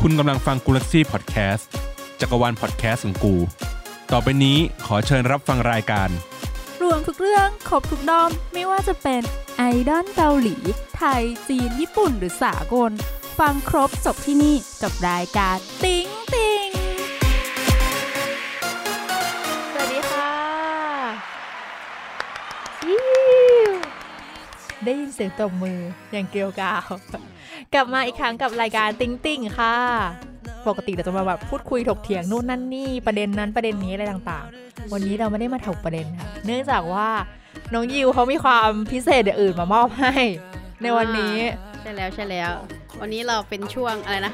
คุณกำลังฟังกูลักซี่พอดแคสต์จักรวาลพอดแคสต์ของกู ต่อไปนี้ขอเชิญรับฟังรายการ รวมทุกเรื่องครบทุกด้อม ไม่ว่าจะเป็นไอดอลเกาหลี ไทย จีน ญี่ปุ่นหรือสากล ฟังครบจบที่นี่จบรายการติงติง สวัสดีค่ะได้ยินเสียงตบมืออย่างเกลียวกราว กลับมาอีกครั้งกับรายการติ๊งติ๊งค่ะ ปกติเราจะมาแบบพูดคุยถกเถียงนู่นนั่นนี่ประเด็นนั้นประเด็นนี้อะไรต่างๆ วันนี้เราไม่ได้มาถกประเด็นค่ะ เนื่องจากว่าน้องยิวเขามีความพิเศษอย่างอื่นมามอบให้ ในวันนี้ ใช่แล้วใช่แล้ว วันนี้เราเป็นช่วงอะไรนะ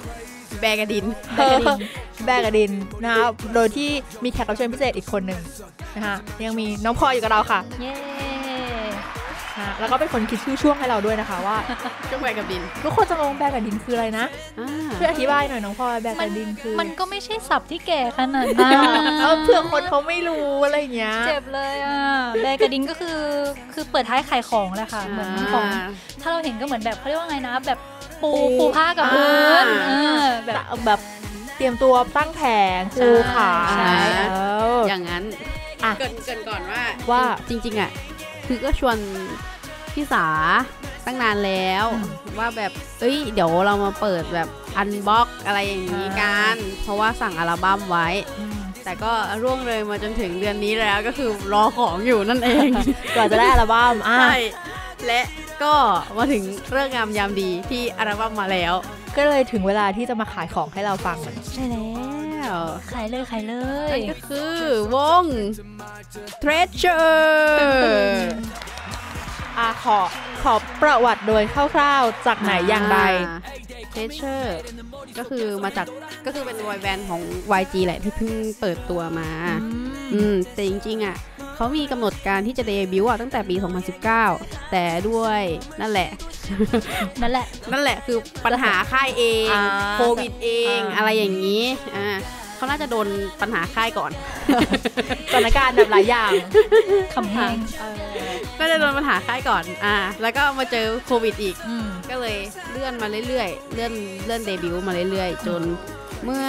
แบกระดิน แบกดิน แบกดินนะคะโดยที่มีแขกรับเชิญพิเศษอีกคนหนึ่งนะคะยังมีน้องพลอยอยู่กับเราค่ะ เย้ นะคะแล้วก็เป็นคนคิดชื่อช่วงให้เราด้วยนะคะว่า ช่วงแบกระดิน ทุกคนจะงงแบกกับดินคืออะไรนะ อ่า ช่วยอธิบายหน่อยน้องพลอยแบกกับดินคือ มันก็ไม่ใช่สับที่แก่ขนาดนั้น เออเผื่อคนเขาไม่รู้อะไรอย่างเงี้ย เจ็บเลยอ่ะแบกระดินก็คือคือเปิดท้ายขายของแหละค่ะ เหมือนของ า ถ้าเราเห็นก็เหมือนแบบเขาเรียกว่าไงนะ แบบปูปูผ้ากับพื้น อ่า เออแบบ แบบเตรียมตัวตั้งแผง ใช่ คูขา ใช่ เออ อย่างนั้น อ่ะ เกรินเกรินก่อนว่า ว่า จริงๆอ่ะคือก็ชวนพี่สาตั้งนานแล้ว ว่าแบบเอ้ยเดี๋ยวเรามาเปิดแบบอันบ็อกอะไรอย่างนี้กันเพราะว่าสั่งอัลบั้มไว้ แต่ก็ร่วงเลยมาจนถึงเดือนนี้แล้วก็คือรอของอยู่นั่นเอง ก่อนจะได้อัลบั้มอ่ะ ใช่ และก็มาถึงเรื่องงามยามดีที่อัลบั้มมาแล้ว ก็เลยถึงเวลาที่จะมาขายของให้เราฟังมัน ใช่แล้ว ขายเลยขายเล นั่ ย นก็คือวง Treasure อ่ะขอขอประวัติโดยคร่าวๆจากไหนอย่างไร อ่า Treasure ก็คือมาจากก็คือเป็นวอยแบนด์ของ YG แหละที่เพิ่งเปิดตัวมา อืมแต่จริงๆอ่ะเขามีกำหนดการที่จะเดบิวต์อะตั้งแต่ปี 2019 แต่ด้วยนั่นแหละ นั่นแหละ นั่นแหละคือปัญหาค่ายเอง อ่า โควิดเอง อ่า อะไรอย่างนี้อ่าเขาน่าจะโดนปัญหาค่ายก่อน สถานการณ์แบบหลาย อย่าง คำแพง ก็จะโดนปัญหาค่ายก่อนอ่าแล้วก็มาเจอโควิดอีก อืม ก็เลยเลื่อนมาเรื่อยๆ เลื่อนเลื่อนเดบิวต์มาเรื่อยๆ จนเมื่อ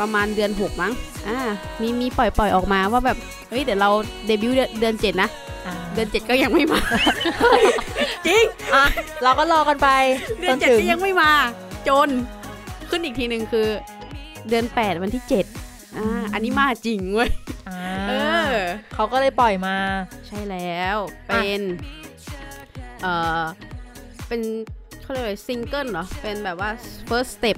ประมาณเดือน 6 มั้งอ่ามีมีปล่อยปล่อยออกมาว่าแบบเฮ้ยเดี๋ยวเราเดบิวต์เดือนเดือนเจ็ดนะ เดือนเจ็ดก็ยัง ไม่มา จริง อ่ะเราก็รอกันไป เดื จ อน น เจ็ด ถึง ก็ยังไม่มา จนขึ้นอีกทีหนึ่งคือ เดือน 8 วันที่ 7อ่าอันนี้มาจริงเว้ย อ่า เออ เขาก็เลยปล่อยมา ใช่แล้วเป็นเออเป็นเขาเรียกว่าซิงเกิลเหรอ เป็นแบบว่า first step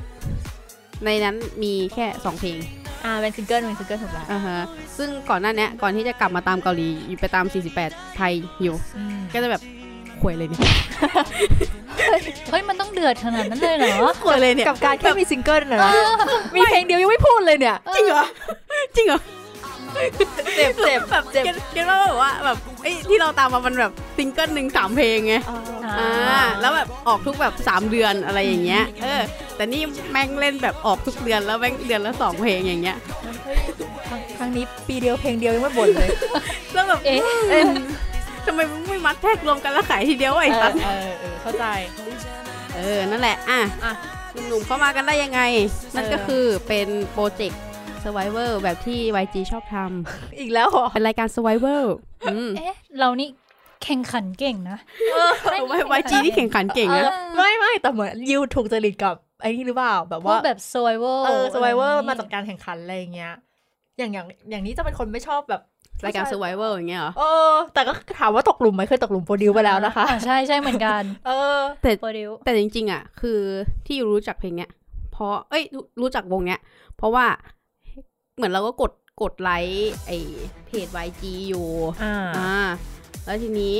ในนั้นมีแค่ 2 เพลง อ่าเป็นซิงเกิลเป็นซิงเกิลถูกแล้ว อ่าฮะซึ่งก่อนหน้าเนี้ยก่อนที่จะกลับมาตามเกาหลีอยู่ไปตาม 48 ไทยอยู่ ก็จะแบบขวยเลยเนี่ย เฮ้ย มันต้องเดือดขนาดนั้นเลยเหรอ ขวยเลยเนี่ย กับการแค่มีซิงเกิลนะนะมีเพลงเดียวยังไม่พูดเลยเนี่ย จริงเหรอ จริงเหรอ เจ็บเจ็บแบบเจ็บ เก็ตเก็ตว่าแบบว่าแบบไอ้ยที่เราตามมามันแบบซิงเกิลหนึ่งสามเพลงไง อ่า อ่า แล้วแบบออกทุกแบบ 3 เดือนอะไรอย่างเงี้ย เออ แต่นี่แม่งเล่นแบบออกทุกเดือนแล้วแม่งเดือนละสองเพลงอย่างเงี้ย ครั้งครั้งนี้ปีเดียวเพลงเดียวยังไม่บ่นเลย แล้วแบบ เอ๊ะ เอ็นทำไมมึงไม่มัดแพ็กรวมกันแล้วขายทีเดียวไอ้สัส เออเออเข้าใจ เออ นั่นแหละ อ่ะ อ่ะ หนุ่มๆเข้ามากันได้ยังไง นั่นก็ เออ คือเป็นโปรเจกต์ Survivor แบบที่ YG ชอบท อีกแล้วเหรอ ำเป็นรายการ Survivor อืม เอ๊ะ เรานี่แข่งขันเก่งนะ ไว้ YG นี่แข่งขันเก่งนะ ไม่ไม่แต่เหมือนยูถูกจริตกับไอ้นี่หรือเปล่าแบบ พว ว่าก แบบ survival เออสวายเวอร์มาจาก ะไ การแข่งขันอะไรอย่างเงี้ย อย่างอย่างอย่างนี้จะเป็นคนไม่ชอบแบบ รายการ Survivor อย่างเงี้ยเหรอ เออ แต่ก็ถามว่าตกหลุมไหมเคยตกหลุมโปรดิวไปแล้วนะคะ อ่าใช่ใช่เหมือนกัน เออ โปรดิว แต่จริงๆอ่ะคือที่รู้จักเพลงเนี้ยเพราะเอ้ยรู้รู้จักวงเนี้ย เพราะว่าเหมือนเราก็กดกดไลค์ไอเพจ YG อยู่ อ่า อ่าแล้วทีนี้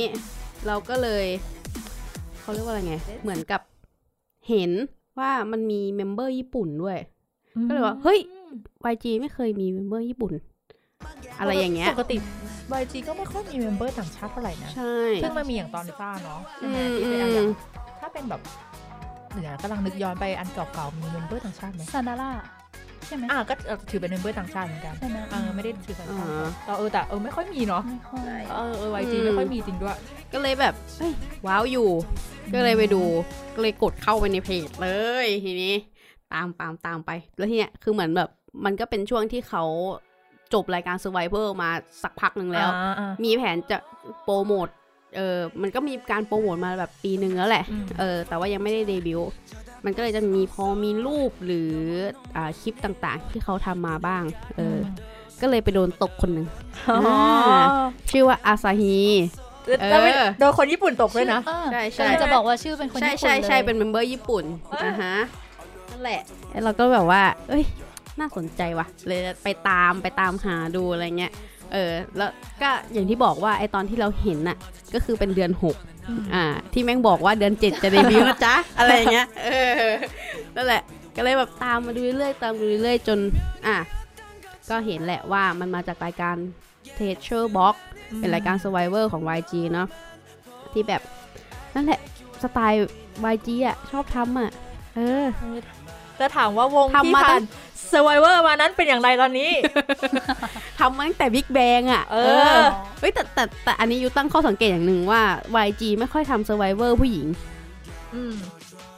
เราก็เลยเขาเรียกว่าอะไรไง เหมือนกับเห็นว่ามันมีเมมเบอร์ญี่ปุ่นด้วย ก็เลยว่าเฮ้ย YG ไม่เคยมีเมมเบอร์ญี่ปุ่น อะไรอย่างเงี้ย ปกติบายจีก็ไม่ค่อยมีเมมเบอร์ต่างชาติเท่าไหร่นะ ใช่ เพิ่งมามีอย่างตอนลิซ่าเนาะใช่ อื ไหม ม ที่เป็นอันอืม ดับถ้าเป็นแบบเดี๋ยวนะกำลังนึกย้อนไปอันเก่าๆมีเมมเบอร์ต่างชาติไหม ซานาร่าใช่ไหม อ่ะก็ถือเป็นเมมเบอร์ต่างชาติเหมือนกัน ใช่ไหม เออไม่ได้ถือเป็น อ่า เราเออแต่เออไม่ค่อยมีเนาะ ไม่ค่อย เออเออว อื จี ม ไม่ค่อยมีจริงด้วย ก็เลยแบบเฮ้ยว้าวอยู่ ก็เลยไปดู ก็เลยกดเข้าไปในเพจเลยทีนี้ ตามตามตามไป แล้วทีเนี้ยคือเหมือนแบบมันก็เป็นช่วงที่เขาจบรายการ Survivor มาสักพักหนึ่งแล้ว อ่าอ่า มีแผนจะโปรโมท เออ มันก็มีการโปรโมทมาแบบปีหนึ่งแล้วแหละ อืม เออ แต่ว่ายังไม่ได้เดบิวต์ มันก็เลยจะมีพอมีรูปหรืออ่าคลิปต่างๆ ที่เขาทำมาบ้าง เออ ก็เลยไปโดนตกคนหนึ่ง อ๋อ ชื่อว่าอาซาฮี แล้วไม่ เออ โดนคนญี่ปุ่นตกด้วยนะ เออ ใช่ใช่ กำลังจะบอกว่าชื่อเป็นคน ใช่ ญี่ปุ่น ใช่ใช่ ลย เป็นเมมเบอร์ญี่ปุ่นอ่าฮะ นั่นแหละ แล้วเราก็แบบว่า เอ้ย น่าสนใจว่ะ เลยไปตามไปตามหาดูอะไรเงี้ย เออ แล้วก็อย่างที่บอกว่าไอตอนที่เราเห็นน่ะ ก็คือเป็นเดือนหกอ่า ที่แม่งบอกว่าเดือนเจ็ดจะเดบิวต์นะ จ๊ะ อะไรเงี้ย เออ นั่นแหละ ก็เลยแบบตามมาดูเรื่อยๆ ตามดูเรื่อยๆ จน อ่ะ ก็เห็นแหละว่ามันมาจากรายการ t e a c h e r Box เป็นรายการ Survivor ของ YG เนาะที่แบบ นั่นแหละ สไตล์ YG อ่ะ ชอบทำอ่ะ เออ จะถามว่าวงที่ ทำมาตั้ ผ่าน ง เซอร์ไวเวอร์มานั้นเป็นอย่างไรตอนนี้ ทำมาตั้งแต่บิ๊กแบงอ่ะ เออ เฮ้ยแต่แต่แต่อันนี้ยูตั้งข้อสังเกตอย่างหนึ่งว่า YG ไม่ค่อยทำ Survivor ผู้หญิง อืม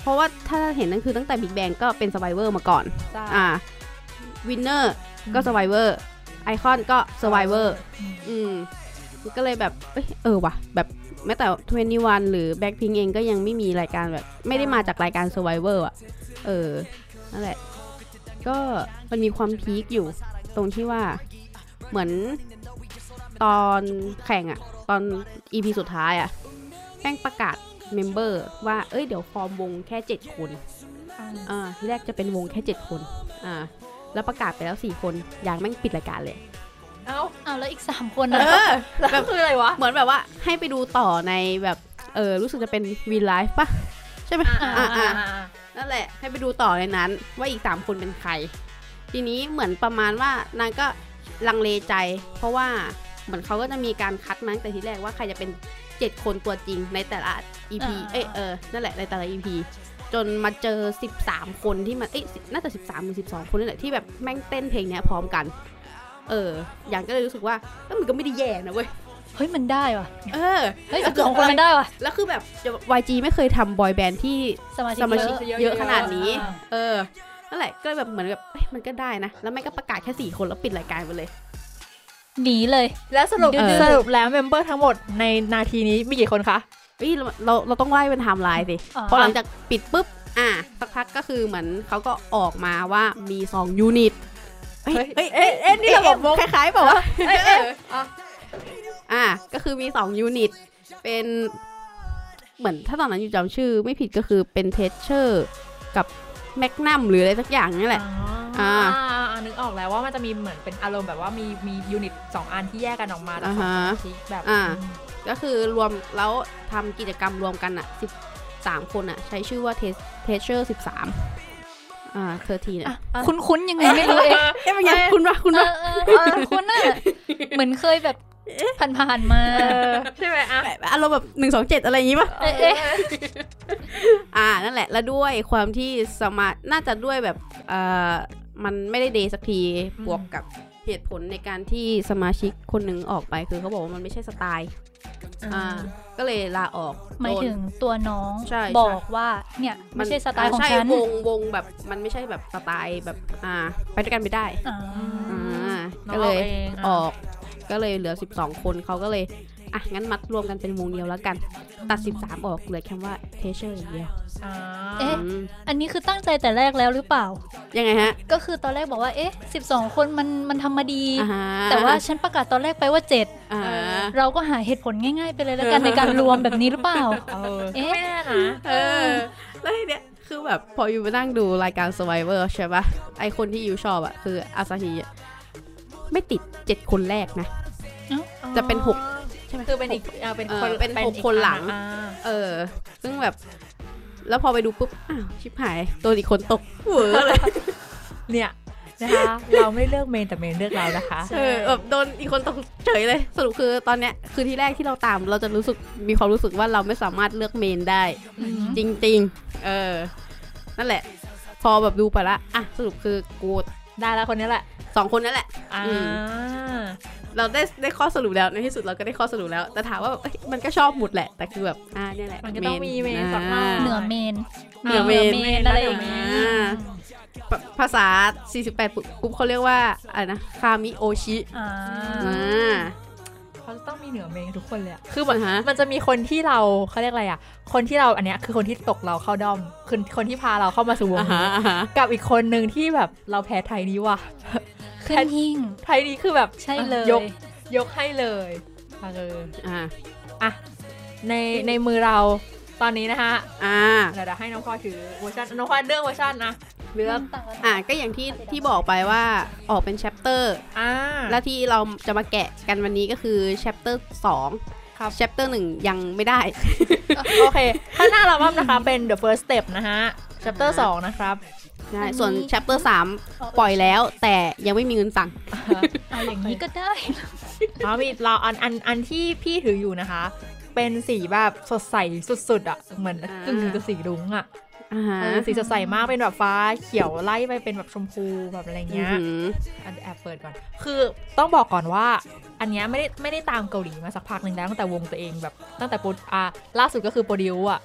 เพราะว่าถ้าเห็นนั่นคือตั้งแต่ Big Bang ก็เป็น Survivor มาก่อน จ้า อ่า Winner ก็ Survivor Icon ก็ Survivor อืม อืมมันก็เลยแบบ เอ้ยเออว่ะ แบบแม้แต่ 21 หรือ Blackpink เองก็ยังไม่มีรายการแบบ ไม่ได้มาจากรายการ Survivor อ่ะ เออ นั่นแหละ ก็มันมีความพีคอยู่ ตรงที่ว่าเหมือนตอนแข่งอะตอน EP สุดท้ายอะแป้งประกาศเมมเบอร์ว่า เอ้ยเดี๋ยวฟอร์มวงแค่ 7 คนอ่าที่แรกจะเป็นวงแค่ 7 คนอ่าแล้วประกาศไปแล้ว 4 คนอย่างแม่งปิดรายการเลย เอ้า เอาแล้วอีกสามคน เออนะแล้ว แบบ คืออะไรวะ เหมือนแบบว่าให้ไปดูต่อในแบบเออรู้สึกจะเป็นวีไลฟ์ปะใช่ไหมอ่าอ่า นั่นแหละให้ไปดูต่อในนั้น ว่าอีก 3 คนเป็นใคร ทีนี้เหมือนประมาณว่านางก็ลังเลใจ เพราะว่าเหมือนเขาก็จะมีการคัดมาตั้งแต่ทีแรกว่าใครจะเป็น 7 คนตัวจริงในแต่ละ EP เอยเออนั่นแหละในแต่ละ EP จนมาเจอ 13 คนที่มันเอ้ยน่าจะ 13หรือ12 คนนี่แหละที่แบบแม่งเต้นเพลงเนี้ยพร้อมกัน เออ อย่างก็เลยรู้สึกว่าเอ้ยมันก็ไม่ได้แย่นะเว้ย เฮ้ยมันได้ว่ะ เออ เฮ้ยสิบสองคนมันได้ว่ะ แล้วคือแบบ YG ไม่เคยทำบอยแบนด์ที่ สมาชิก สมา เย ชิก อะ เยอะขนาดนี้ อ่า เออ นั่นแหละ ก็เลยแบบเหมือนแบบเอ้ยมันก็ได้นะ แล้วแม่งก็ประกาศแค่สี่คนแล้วปิดรายการไปเลย หนีเลย แล้วสรุป เออ สรุปแล้วเมมเบอร์ทั้งหมดในนาทีนี้มีกี่คนคะ เอ้ยเราเราเราต้องไล่เป็นไทม์ไลน์สิ อ๋อ พอหลังจากปิดปุ๊บ อ่ะสักพักก็คือเหมือนเขาก็ออกมาว่ามีสองยูนิตเอ้ย เฮ้ย เอ้ย เอ๊ะเอ๊ะนี่ระบบวง คล้ายๆเปล่าวะ เอ๊ะเอ๊ะอ่ะ อ่ะก็คือมีสองยูนิต เป็นเหมือนถ้าตอนนั้นอยู่จำชื่อไม่ผิดก็คือเป็นเทสเชอร์กับแมกนัมหรืออะไรสักอย่างนี่แหละ อ๋อ อ่า อ่าอ่านึกออกแล้วว่ามันจะมีเหมือนเป็นอารมณ์แบบว่ามีมียูนิตสองอันที่แยกกันออกมาแล้ว อ่า สอง ฮะ สมาชิกแบบ อ่า ก็คือรวมแล้วทำกิจกรรมรวมกันอ่ะ 13 คนอ่ะ ใช้ชื่อว่าเทสเทเชอร์13 อ่าเคอร์ทีนอ่ะ คุ้นๆยังไงไม่รู้เอง เอ๊ะเป็นไงคุณว่าคุณ เอ ว่า อเออเออคุ้นน่ะเหมือนเคยแบบผ่านๆมา เออใช่ไหมอ่ะ อารมณ์แบบ 127 อะไรอย่างงี้ป่ะ เอ๊ะเอ๊ะ อ่า นั่นแหละ แล้วด้วยความที่สมาน่าจะด้วยแบบเอ่อมันไม่ได้เดย์สักทีบวกกับเหตุผลในการที่สมาชิกคนหนึ่งออกไป คือเขาบอกว่ามันไม่ใช่สไตล์ อ่า ก็เลยลาออก หมาย โดน ถึงตัวน้อง ใช่ใช่ บอกว่าเนี่ยไม่ใช่สไตล์ของ ใช่ ฉัน วงวงแบบมันไม่ใช่แบบสไตล์แบบอ่าไปด้วยกันไม่ได้ อ่า อ่า น้อง ก็ อ เล อก ย เอง อ อ่ะ อกก็เลยเหลือ 12 คนเขาก็เลย อ่ะ งั้นมัดรวมกันเป็นวงเดียวแล้วกัน ตัด 13 ออกเหลือคำว่าเทเชอร์อย่างเดียว อ่า เอ๊ะ อืม อันนี้คือตั้งใจแต่แรกแล้วหรือเปล่า ยังไงฮะ ก็คือตอนแรกบอกว่าเอ๊ะ12 คนมันมันทำมาดี อ่าฮะ แต่ว่าฉันประกาศตอนแรกไปว่า อ่า 7 เราก็หาเหตุผลง่ายๆ ไปเลยแล้วกัน ในการรวมแบบนี้หรือเปล่า เออ เอ๊ะ ไม่แน่นะ เออแล้วทีเนี้ยคือแบบพออยู่ไปนั่งดูรายการ Survivor ใช่ปะไอคนที่อยู่ชอบอะคืออาซาฮีอะไม่ติด 7 คนแรกนะ จะเป็นหก ใช่ไหมคือเป็นอีกอ่าเป็น เออ คน เป็นหก อี คนหลัง อ่า เออ ซึ่งแบบ แล้วพอไปดูปุ๊บ อ้าว ชิบหายโดนอีกคนตกเหวอเลย เนี่ยนะคะ เราไม่เลือกเมนแต่เมนเลือกเรานะคะ เออแบบโดนอีกคนตกเฉยเลย สรุปคือตอนเนี้ยคือที่แรกที่เราตามเราจะรู้สึกมีความรู้สึกว่าเราไม่สามารถเลือกเมนได้ จริง ๆ เออ นั่นแหละ พอแบบดูไปละอ่ะสรุปคือกู ได้แล้วคนนี้แหละ สองคนนั่นแหละ อ่า อื เราได้ได้ข้อสรุปแล้วในที่สุดเราก็ได้ข้อสรุปแล้ว แต่ถามว่าแบบเอ้ยมันก็ชอบหมุดแหละ แต่คือแบบอ่ะเนี่ยแหละ มันก็ต้องมีเมนสักหน่ อ่า อย เหนือเมน เหนือเมน อะไรอย่างเงี้ย อ่า ปะภาษา 48ปุ๊บปุ๊บเขาเรียกว่าอะไรนะ คามิโอชิ อ่า อ่า เขาจะต้องมีเหนือเมงทุกคนเลยอะ คือเหมือนฮะ มันจะมีคนที่เราเขาเรียกอะไรอะคนที่เราอันเนี้ยคือคนที่ตกเราเข้าด้อมคือคนที่พาเราเข้ามาสู่วง อ่าฮะอ่าฮะ กับอีกคนหนึ่งที่แบบเราแพ้ไทยนี้ว่ะ ขึ้นหิ่ง ไทยนี้คือแบบ ใช่เลย ยกยกให้เลยเออ อ่า ในในมือเราตอนนี้นะฮะ อ่า เดี๋ยวเราให้น้องพลอยถือเวอร์ชันน้องพลอยเลือกเวอร์ชันนะเลือก ต่างประเทศ อ่า ก็อย่างที่ที่บอกไปว่าออกเป็นแชปเตอร์ อ่า แล้วที่เราจะมาแกะกันวันนี้ก็คือแชปเตอร์2 ครับ แชปเตอร์1ยังไม่ ได้ โอเคถ้าหน้าเราบ้างนะคะเป็น the first step นะฮะ chapter สองนะครับ ใช่ส่วนแชปเตอร์3ปล่อยแล้ว แต่ยังไม่มีเงินสั่ง เอาอย่างนี้ก็ได้ อ๋อมีเราอันอันอันที่พี่ถืออยู่นะคะ เป็นสีแบบสดใสสุดๆอ่ะเหมือน อ่า กึ่งๆกับสีรุ้งอ่ะ อ่าฮะ เออสีสดใสมากเป็นแบบฟ้าเขียวไล่ไปเป็นแบบชมพูแบบอะไรเงี้ย อื้อหือ อันแอบเปิดก่อน คือต้องบอกก่อนว่า อันเนี้ยไม่ได้ไม่ได้ตามเกาหลีมาสักพักหนึ่งแล้วตั้งแต่วงตัวเองแบบตั้งแต่โปรอ่าล่าสุดก็คือโปรดิวอ่ะ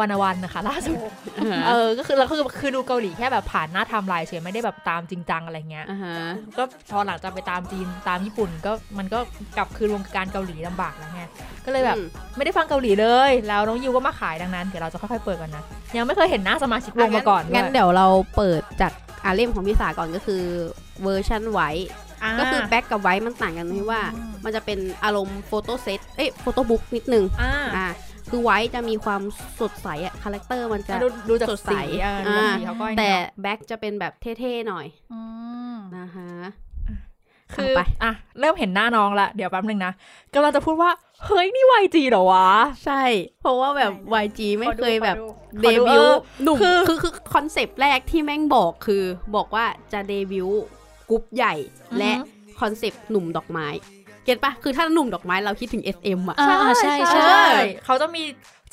วันอวันนะคะ ล่าสุด อ่าฮะ เออก็คือเราคือคือดูเกาหลีแค่แบบผ่านหน้าไทม์ไลน์เฉยไม่ได้แบบตามจริงจังอะไรเงี้ย อ่าฮะ ก็พอหลังจากไปตามจีนตามญี่ปุ่นก็มันก็กลับคืนวงการเกาหลีลำบากแล้วไงก็เลยแบบ อืม ไม่ได้ฟังเกาหลีเลย แล้วน้องยูก็มาขายดังนั้นเดี๋ยวเราจะค่อยๆเปิดกันนะ ยังไม่เคยเห็นหน้าสมาชิกวงมาก่อน งั้น ด้วย เดี๋ยวเราเปิดจากอาเล่มของพี่สาก่อนก็คือเวอร์ชันไว า ก็คือแบ็กกับไวท์มันต่างกันตรงที่ว่า มันจะเป็นอารมณ์โฟโต้เซต เอ้ยโฟโต้บุ๊กนิดนึง อ่า อ่า คือไวท์จะมีความสดใสอะคาแรคเตอร์มันจะ ดูดูจาก สดใส สีอ่าดูจาก อ่า สีเขาก็ไอ้นี่ แต่ เนอะ แบ็กจะเป็นแบบเท่ๆหน่อย อืม นะคะ คือ เอาไป อ่ะเริ่มเห็นหน้าน้องละเดี๋ยวแป๊บนึงนะกำลังจะพูดว่า เฮ้ยนี่ YG เหรอวะ ใช่ เพราะว่าแบบ YG ไม่เคยแบบ ข เด อดู บิวเออต์หนุ่ม คือ คือคือคอนเซปต์แรกที่แม่งบอกคือบอกว่าจะเดบิวต์กรุ๊ปใหญ่ และคอนเซปต์หนุ่มดอกไม้ เก็ตปะคือถ้าหนุ่มดอกไม้เราคิดถึง SM อะ อ่าใช่ใช่ เขาจะมี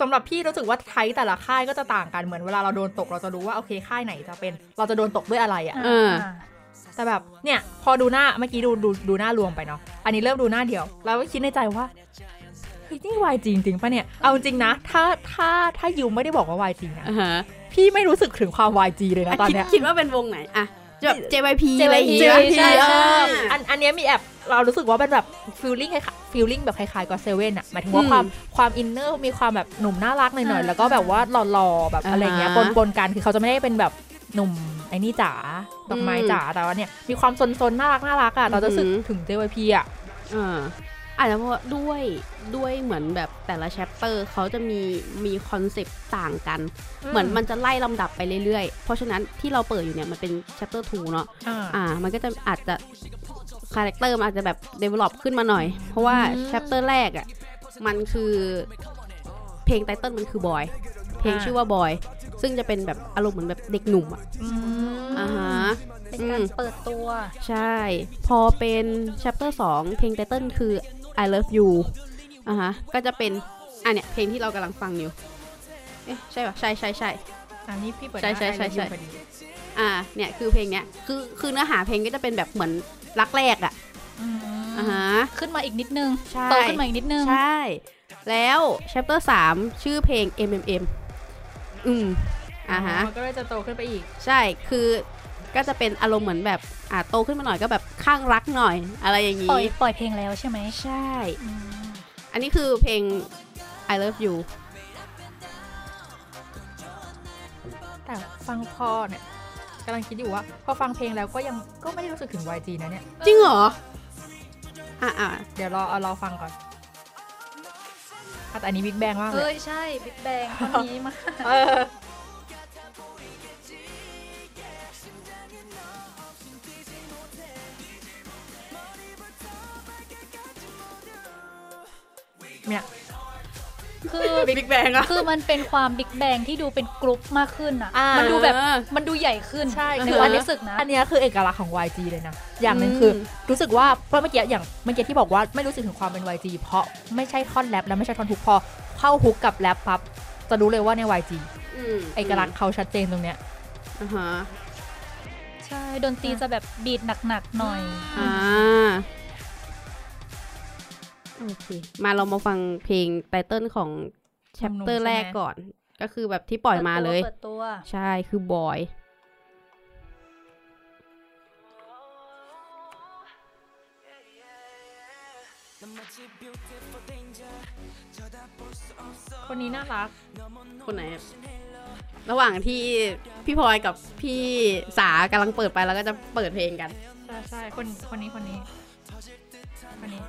สำหรับพี่รู้สึกว่าไทยแต่ละค่ายก็จะต่างกันเหมือนเวลาเราโดนตกเราจะรู้ว่าโอเคค่ายไหนจะเป็น เราจะโดนตกด้วยอะไรอ่ะ เออ แต่แบบเนี่ยพอดูหน้าเมื่อกี้ดูดูดูหน้ารวมไปเนาะอันนี้เริ่มดูหน้าเดียว แล้วก็คิดในใจว่าเฮ้ยนี่วายจริงจริงปะเนี่ยเอาจริงนะ ถ้าถ้าถ้ายูไม่ได้บอกว่าวายจริงนะ อ่าฮะ พี่ไม่รู้สึกถึงความวายจีเลยนะ อ่ะ ตอน คิด เนี้ย คิดว่าเป็นวงไหนอะจะ JYP อะไรอย่างเงี้ย JYP ใช่ เอ ใช่อันอันเนี้ยมีแอบเรารู้สึกว่าเป็นแบบฟิลลิ่งคล้ายฟิลลิ่งแบบคล้ายๆกับเซเว่นอะหมายถึงว่าคอืมวามความอินเนอร์มีความแบบหนุ่มน่ารักหน่อยๆ แล้วก็แบบว่าหล่อๆ แบบอะไรเงี้ย อ่า ป ฮะ นปนกันคือเขาจะไม่ได้เป็นแบบหนุ่มไอ้นี่จ๋าดอกไม้ อืม จ๋าแต่ว่าเนี่ยมีความซนๆ น่ารักน่ารักอะเราจะรู้สึก อือหือ ถึง JYP อะ อ่าอาจจะเพราะด้วยด้วยเหมือนแบบแต่ละแชปเตอร์เขาจะมีมีคอนเซปต์ต่างกัน เหมือนมันจะไล่ลำดับไปเรื่อยๆ เพราะฉะนั้นที่เราเปิดอยู่เนี่ยมันเป็นแชปเตอร์2เนาะ อ่า อ่า มันก็จะอาจจะคาแรคเตอร์มันอาจจะแบบ develop ขึ้นมาหน่อย เพราะว่า อืม แชปเตอร์แรกอะ่ะ มันคือเพลงไตเติ้ลมันคือบอยเพลง อ่า ชื่อว่าบอยซึ่งจะเป็นแบบอารมณ์เหมือนแบบเด็กหนุ่มอะ อืม อ่าฮะ เป็นการเปิดตัว ใช่ พอเป็น chapter 2 เพลงไตเติ้ลคือ I love you อ่ะฮะ ก็จะเป็น อ่ะเนี่ย เพลงที่เรากำลังฟังอยู่ เอ๊ะ ใช่ปะใช่ใช่ใช่ อันนี้พี่เปิด ใช่ใช่ใช่ใช่ ห้ดูพอดี อ่า เนี่ย คือเพลงเนี้ย คือ คือเนื้อหาเพลงก็จะเป็นแบบเหมือนรักแรกอะ อืม อ่ะฮะ ขึ้นมาอีกนิดนึง ใช่ โตขึ้นมาอีกนิดนึง ใช่ แล้ว chapter 3 ชื่อเพลง MMM อืม อ่ะฮะ มันก็เลยจะโตขึ้นไปอีก ใช่ คือ ก็จะเป็นอารมณ์เหมือนแบบ อ่าโตขึ้นมาหน่อยก็แบบข้างรักหน่อย อะไรอย่าง ปล่อ งี้ ยปล่อยเพลงแล้วใช่ไหม ใช่ อืม อันนี้คือเพลง I love you แต่ฟังพอเนี่ยกำลังคิดอยู่ว่า พอฟังเพลงแล้วก็ยังก็ไม่ได้รู้สึกถึง YG นะเนี่ย จริงเหรอ อ่ะอ่ะ เดี๋ยวรอเอารอฟังก่อนอ่ะแต่อันนี้บิ๊กแบงมากเล เอ้ ย ยใช่บิ๊กแบ งคนนี้มา เออเนี่ย คือ บิ๊กแบงอะ คือมันเป็นความบิ๊กแบงที่ดูเป็นกรุ๊ปมากขึ้นอ่ะ มั มัน น ดู ดู แบ แบบ บ มันดูใหญ่ขึ้น ใช่ ใน คือ ความรู้สึกนะ อันเนี้ยคือเอกลักษณ์ของ YG เลยนะ อย่างหนึ่งคือ รู้สึกว่าเพราะเมื่อกี้อย่างเมื่อกี้ที่บอกว่าไม่รู้สึกถึงความเป็น YG เพราะไม่ใช่ท่อนแรปและไม่ใช่ท่อนฮุกพอเข้าฮุกกับแรปปั๊บจะรู้เลยว่าใน YG ม เอกลักษณ์เขาชัดเจนตรงเนี้ย อ่าฮะ ใช่ ดนตรีจะแบบบีดหนักๆหน่อย อ่าโอเค มาเรามาฟังเพลงไตเติ้ลของ แชปเตอ หนุ่มๆใช่ ร์ ไหม แรกก่อน ก็คือแบบที่ปล่อยมาเลย เปิดตัว ใช่ คือ Boy คนนี้น่ารัก คนไหนอะระหว่างที่พี่พลอยกับพี่สากำลังเปิดไปแล้วก็จะเปิดเพลงกัน ใช่ใช่คนคนนี้คนนี้คนนี้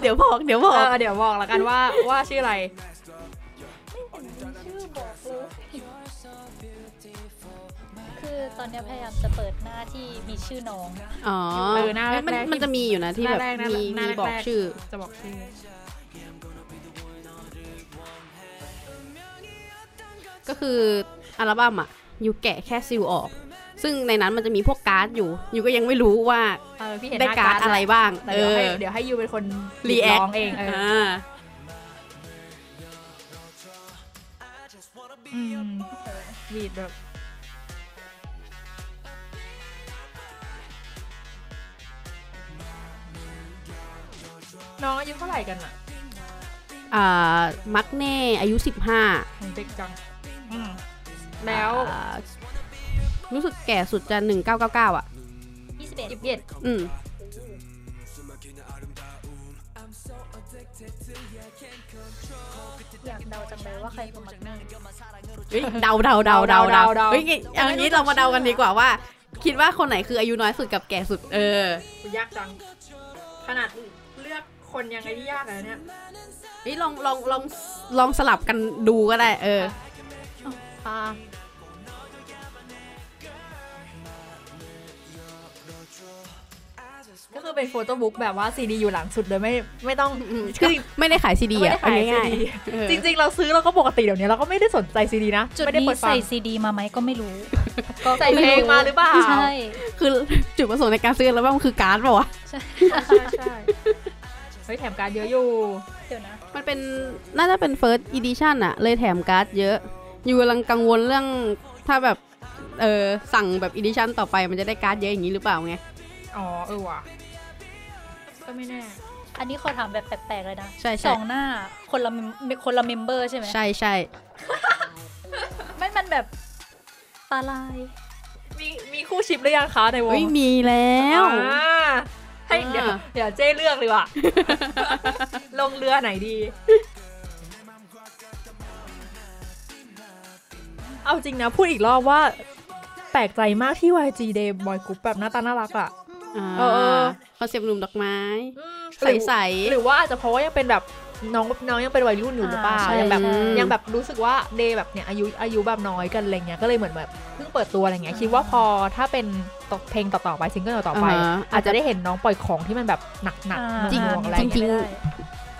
เดี๋ยวบอกเดี๋ยวบ เอ อก อเดี๋ยวบอกแล้วกันว่า ว่าชื่ออะไร ชื่อบอกรู้คือตอนเนี้ยพยายามจะเปิดหน้าที่มีชื่อน้อง อ๋อ เออหน้าแรก มัน แรกที่ มันจะมีอยู่นะที่แบบ หน้าแรกหน้า มี หน้า มี แรก บอก แรก ชื่อ จะบอกชื่อ ก็คืออัลบั้มอะยูแกะแค่ซิลออก ซึ่งในนั้นมันจะมีพวกการ์ดอยู่ยูก็ยังไม่รู้ว่า เออพี่เห็น ได้ หน้ การ์ดอะไรบ้าง แต่ เอ เดี๋ยว อ ให้เดี๋ยวให้ยูเป็นคน react ร้องเองเออ อ่า อืมวีดแบบน้องอายุเท่าไหร่กันอ่ะ อ่ามักแน่อายุ หนูเด็กจังอืมแล้ว 15อ่ารู้สึกแก่สุดจะ 1999 อ่ะ 21 ยิบเย็ด อืม อยากเดาจังเลยว่าใครคือมักหน้า เฮ้ย เดาเดาเดาเดา เดา เดา เดา เฮ้ยเอางี้เรามาเดากันดีกว่าว่า คิดว่าคนไหนคืออายุน้อยสุดกับแก่สุด เออ ยากจัง ขนาดเลือกคนยังไงที่ยากเลยเนี่ย เฮ้ยลองลองลองลองสลับกันดูก็ได้ เออ อ่าก็คือเป็นโฟโต้บุ๊กแบบว่าซีดีอยู่หลังสุดโดยไม่ไม่ต้อง คือไม่ได้ขายซีดี ไม่ อ่ะ ได้ขายซีเอง่ดี ๆเออ จริง ๆ เราซื้อเราก็ปกติเดี๋ยวนี้เราก็ไม่ได้สนใจซีดีนะ จุด ไม่ได้ นี้ เปิดฟั ใส่ ง ซีดีมาไหมก็ไม่รู้ ใส่เพลงมาหรือเปล่า ใช่ คือ จุดประสงค์ในการซื้อแล้วว่ามันคือการ์ดเปล่าวะ ใช่ใช่เฮ้ยแถมการดเยอะอยู่ เดี๋ยวนะ มันเป็นน่าจะเป็น first edition อะเลยแถมการ์ดเยอะ อยู่กำลังกังวลเรื่องถ้าแบบ เออสั่งแบบ edition ต่อไปมันจะได้การ์ดเยอะอย่างนี้หรือเปล่าไง อ๋อ เออว่ะ ก็ไม่แน่ อันนี้ขอถามแบบแปลกๆเลยนะ ใช่ใช่ สองหน้าคนละ mem- คนละเมมเบอร์ใช่ไหม ใช่ใช่ ไม่มันแบบปลาลาย มีมีคู่ชิปหรือยังคะในวง เฮ้ยมีแล้ว อ่าให้เดี๋ยว อ่า เดี๋ยวเจ้เลือกเลยว่ะ ลงเรือไหนดี เอาจริงนะ พูดอีกรอบว่า แปลกใจมากที่ YG Day Boy Group แบบหน้าตาน่ารักอะ เออเออ คอนเซปต์หนุ่มดอกไม้ ใ หรือ ส หรือว่าอาจจะเพราะว่ายังเป็นแบบน้องน้องยังเป็นวัยรุ่นอยู่หรือเปล่า อ่าใช่ ยังแบบ ใช่ ยังแบบรู้สึกว่าเดย์แบบเนี่ยอายุอายุแบบน้อยกันอะไรเงี้ยก็เลยเหมือนแบบเพิ่งเปิดตัวอะไรเงี้ยคิดว่าพอถ้าเป็นตกเพลงต่อๆไปซิงเกิลต่อๆไป อ่าฮะ อาจจะได้เห็นน้องปล่อยของที่มันแบบหนักหนัก อ่า จริง ห อ่า น่วงๆอะไร จริง เงี้ย ไม่ได้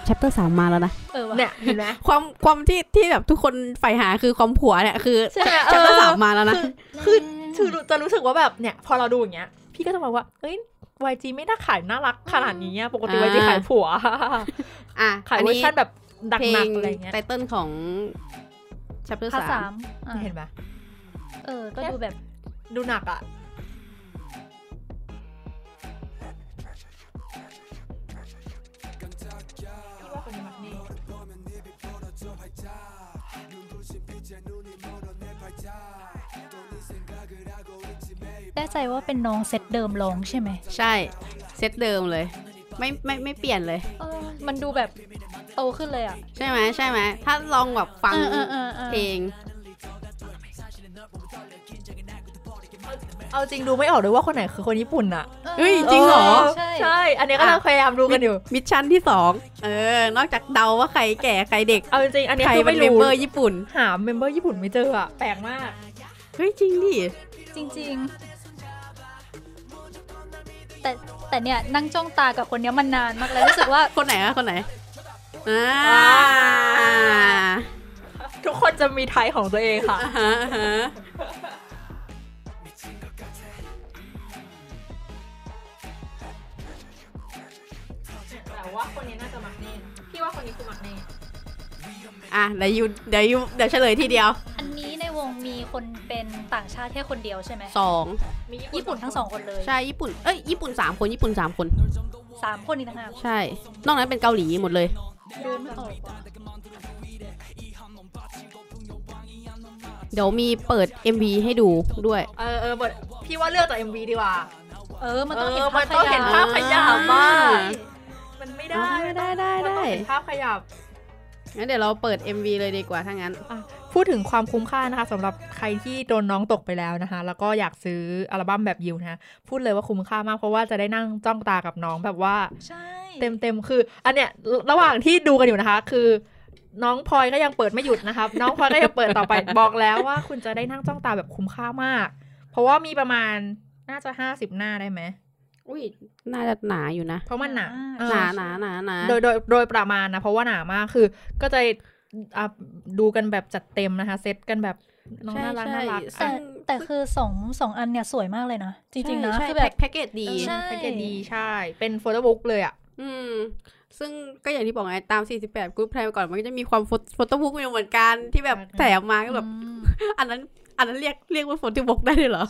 แชปเตอร์สามมาแล้วนะ เออว่ะ เนี่ยเห็ นไหม ความความที่ที่แบบทุกคนใฝ่หาคือความผัวเนี่ยคือ ใช่ไหม แชปเตอร์ เอ สา อ มมาแล้วนะ คือคือจะรู้สึกว่าแบบเนี่ย พอเราดูอย่างเงี้ย พี่ก็จะบอกว่า เอ้ย YG ไม่น่าขายน่ารักขนาดนี้อะปกติ อ่า YG ขายผัว อ่ะ ขาย อัน เวอร์ นี้ ชันแบบ เพล หนัก ง ๆอะไรเงี้ย ไตเติ้ลของแชปเตอร์ ภาค สา สาม มอ่ะ เห็นไหม เออ ก็ดูแบบ ดูหนักอ่ะ แน่ใจว่าเป็นน้องเซตเดิมร้องใช่ไหม ใช่เซตเดิมเลย ไม่ไม่ไม่เปลี่ยนเลย เออมันดูแบบโตขึ้นเลยอ่ะ ใช่ไหมใช่ไหมถ้าลองแบบฟัง เออเออเออเออ เพลง เอาจริงดูไม่ออกเลยว่าคนไหนคือคนญี่ปุ่นอะ เฮ้ยจริงเหรอ ใช่ ใช่ อันนี้ก็เราพยายามดูกันอยู่ มิชชั่นที่สองเออ นอกจากเดาว่าใครแก่ใครเด็ก เอาจริงๆอันนี้ ใคร คือ เป็น ไม่ เมม รู้ เบอร์ญี่ปุ่น หาเมมเบอร์ญี่ปุ่นไม่เจออะแปลกมาก เฮ้ยจริงดิ จริงๆ แต่แต่เนี่ยนั่งจ้องตากับคนเนี้ยมันนานมากแล้วรู้สึกว่า คนไหนอะคนไหนอ่า อ่า ทุกคนจะมีไทยของตัวเองค่ะ อ่าฮะอ่าฮะ แต่ว่าคนนี้น่าจะมักเน่พี่ว่าคนนี้คือมักเน่ อ่ะเดี๋ยวยูเดี๋ยวยูเดี๋ยวเฉลยทีเดียว อันนี้ในวงมีคนเป็นต่างชาติแค่คนเดียวใช่ไหม สอง ญี่ปุ่นทั้งสองคนเลย ใช่ญี่ปุ่น เอ้ยญี่ปุ่นสามคนญี่ปุ่นสามคน สามคนนี่ต่างหาก ใช่ นอกนั้นเป็นเกาหลีหมดเลย เดินไม่ออกว่ะ เดี๋ยวมีเปิด MV ให้ดูด้วย เออเออบทพี่ว่าเลือกจาก MV ดีกว่า เออ มันต้องเห็น เออ ภาพ มันต้องเห็นภาพ ขยะ ขยับมาก มันไม่ อ๋อ ได้ ได้มันได้ต้อง ได้ เห็นภาพขยับ งั้นเดี๋ยวเราเปิด MV เลยดีกว่าถ้างั้น พูดถึงความคุ้มค่านะคะสำหรับใครที่โดนน้องตกไปแล้วนะคะ แล้วก็อยากซื้ออัลบั้มแบบยิวนะคะพูดเลยว่าคุ้มค่ามากเพราะว่าจะได้นั่งจ้องตากับน้องแบบว่า ใช่ เต็มเต็มๆคือ อันเนี้ยระหว่างที่ดูกันอยู่นะคะ คือ น้องพลอยก็ยังเปิดไม่หยุดนะครับ น้องพลอยก็ยังเปิดต่อไป บอกแล้วว่าคุณจะได้นั่งจ้องตาแบบคุ้มค่ามาก เพราะว่ามีประมาณน่าจะห้าสิบหน้าได้ไหม อุ้ยน่าจะหนาอยู่นะ เพราะมันหนาเออ หนาหนาหนาหนา โดยโดยโดยประมาณนะ เพราะว่าหนามากคือก็จะอ่ะดูกันแบบจัดเต็มนะคะ เซตกันแบบน้อง ใช่ น่ารัก ใช่ น่ารัก แต่ ซึ่ง แต่คือสองสองอันเนี่ยสวยมากเลยนะ จริง ๆ นะ ใช่ คือแบบ แพ็กเกจดี ใช่ แพ็กเกจดีใช่ เป็นโฟโต้บุ๊กเลยอ่ะ อืม ซึ่งก็อย่างที่บอกไงตาม 48กรุ๊ปไทยมาก่อนมันก็จะมีความโฟโต้บุ๊กอยู่เหมือนกันที่แบบ ใช่ค่ะ แถมมาก็แบบ อันนั้น อันนั้นเรียกเรียกว่าโฟโต้บุ๊กได้เลยเหรอ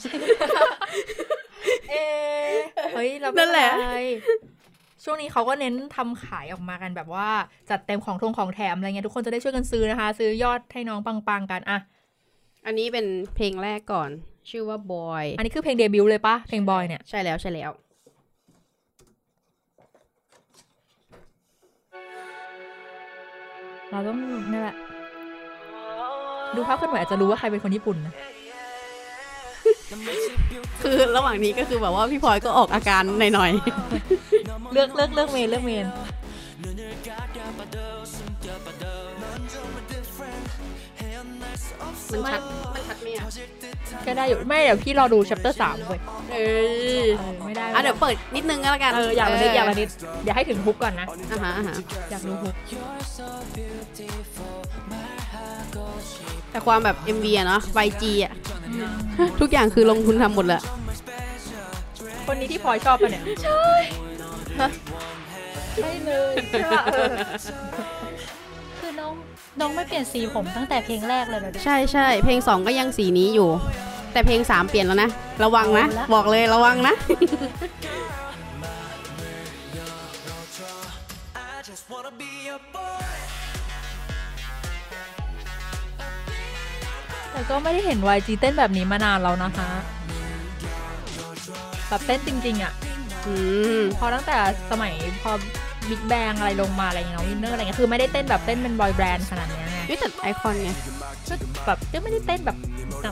เอ๊ะเฮ้ยเรา นั่ ไม่ น เป็ แห น ละ ไรช่วงนี้เขาก็เน้นทำขายออกมากันแบบว่า จัดเต็มของทงของแถมอะไรเงี้ยทุกคนจะได้ช่วยกันซื้อนะคะ ซื้อยอดให้น้องปังๆกันอ่ะ อันนี้เป็นเพลงแรกก่อน ชื่อว่า Boy อันนี้คือเพลงเดบิวต์เลยปะเพลงบอยเนี่ย ใช่แล้วใช่แล้ว เราต้องนั่นแหละดูภาพเคลื่อนไหวอาจจะรู้ว่าใครเป็นคนญี่ปุ่นนะ คือระหว่างนี้ก็คือแบบว่าพี่พลอยก็ออกอาการหน่อย เลือกเลือกเลือกเมนเลือกเมน ๆ มันชัด มันชัดไหมอ่ะ ก็ได้อยู่ไม่เดี๋ยวพี่รอดู chapter สามเว้ย เออ เออไม่ได้ อ่ะเดี๋ยวเปิดนิดนึงก็แล้วกัน เอออยากมานิดอยากมานิดอย่าให้ถึงฮุกก่อนนะ อ่ะฮะอ่ะฮะ อยากดูฮุก แต่ความแบบ MV อะเนาะ YG อะทุกอย่างคือลงทุนทำหมดเลย คนนี้ที่พลอยชอบปะเนี่ยใช่ใช่เลยใช่ป่ะเออ คือน้องน้องไม่เปลี่ยนสีผมตั้งแต่เพลงแรกเลยเหรอ ใช่ใช่เพลง 2 ก็ยังสีนี้อยู่ แต่เพลง 3 เปลี่ยนแล้วนะ ระวังนะ เอาละ บอกเลยระวังนะ แต่ก็ไม่ได้เห็น YG เต้นแบบนี้มานานแล้วนะคะแบบเต้นจริง ๆ อ่ะ อืม พอตั้งแต่สมัยพอบิ๊กแบงอะไรลงมาอะไรอย่างเงี้ยวินเนอร์อะไรเงี้ยคือไม่ได้เต้นแบบเต้นเป็นบอยแบนด์ขนาดเนี้ยไง นี่แต่ไอคอนไง ก็แบบก็ไม่ได้เต้นแบบ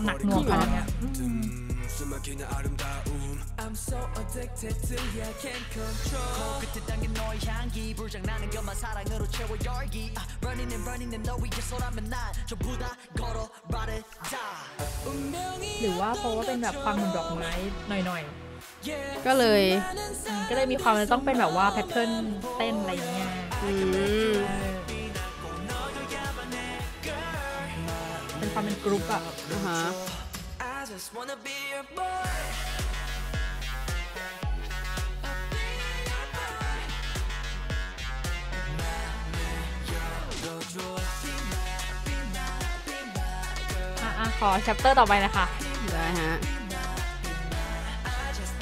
หนักหน่วงอะไรเงี้ยอืมหรือว่าเพราะว่าเป็นแบบความเหมือนดอกไม้หน่อย ก็เลย ๆอืมก็เลยมีความต้องเป็นแบบว่าแพทเทิร์นเต้นอะไรอย่างเงี้ย อืม เป็นความเป็นกรุ๊ปอะ อ่าฮะ อ่ะอ่ะขอแชปเตอร์ต่อไปนะคะ ได้ฮะ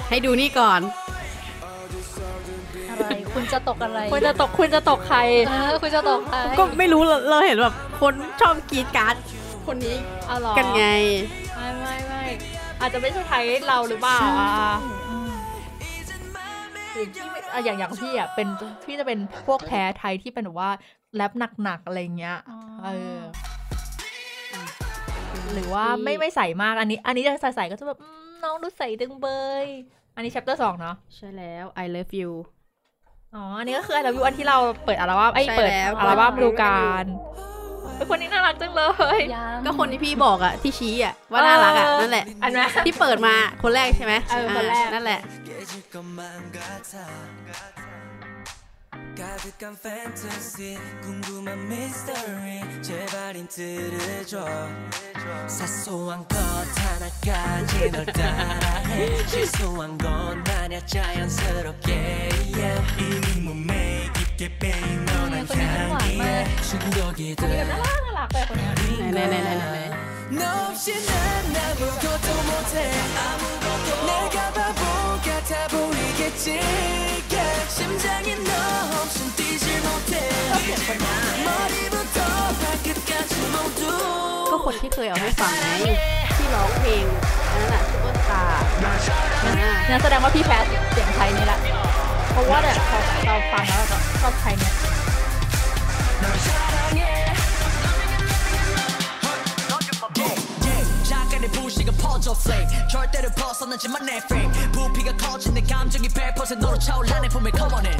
ให้ดูนี่ก่อน อะไร คุณจะตกอะไร คุณจะตกคุณจะตกใคร เออคุณจะตกอะไร ก็ไม่รู้เราเราเห็นแบบคนชอบกรีดการ์ดคนนี้ เอาเหรอ กันไง ไม่ไม่ไม่อาจจะไม่ใช่ไทยเราหรือเปล่าอ่ะหรือพี่ไม่อ่ะอย่างอย่างพี่อ่ะเป็นพี่จะเป็นพวกแพ้ไทยที่เป็นแบบว่าแรปหนักๆอะไรเงี้ยเออหรือว่าไม่ไม่ใส่มากอันนี้ อันนี้จะใส่ใส่ๆก็จะแบบอืมน้องดูใส่ดึงเบย อันนี้ chapter สองเนาะ ใช่แล้ว I love you อ๋อ อันนี้ก็คืออันเราอันที่เราเปิดอัลบั้มไอ้ย ใช่ เปิด แล้ว อัลบั้มดูการเป็นคนนี้น่ารักจังเลย ยัง ก็คนที่พี่บอกอะที่ชี้อะว่าน่ารักอะนั่นแหละ อันไหม ที่เปิดมาคนแรกใช่ไหม เออคนแรก านั่นแหละ 깨질 것만 같아 가득한 fantasy 궁금한 mystery 제발 힌트를 줘 사소한 것 하나까지 널 따라해 실수한 건 아냐 자연스럽게 yeah. 이미 몸에 깊게 빼인 너란 คนนี้มันหวานมาก 향기에 충격이 들 น่ารักเลยคนเนี้ย 네, 네, 네, 네, 네. 너 없이 난 아무것도 못해 아무것도 내가 바보 같아 보이겠지 yeah. 심장이 너 없인 뛰질 못해 머리부터 발끝까지 모두 어, ก็คนที่เคยเอาให้ฟังไงที่ร้องเพลง นั่นแหละซุปเปอร์สตาร์นั่นน่ะ งั้นแสดงว่าพี่แพทเสียงไทยนี่แหละ เพราะว่าเนี่ยเราเราฟังแล้วเราชอบไทยเนี่ย 작가의 불씨가 퍼져 flame 절대를 벗어나지만 내 frame 부피가 커진 내 감정이 100% 너로 차올라 내 품에 커버는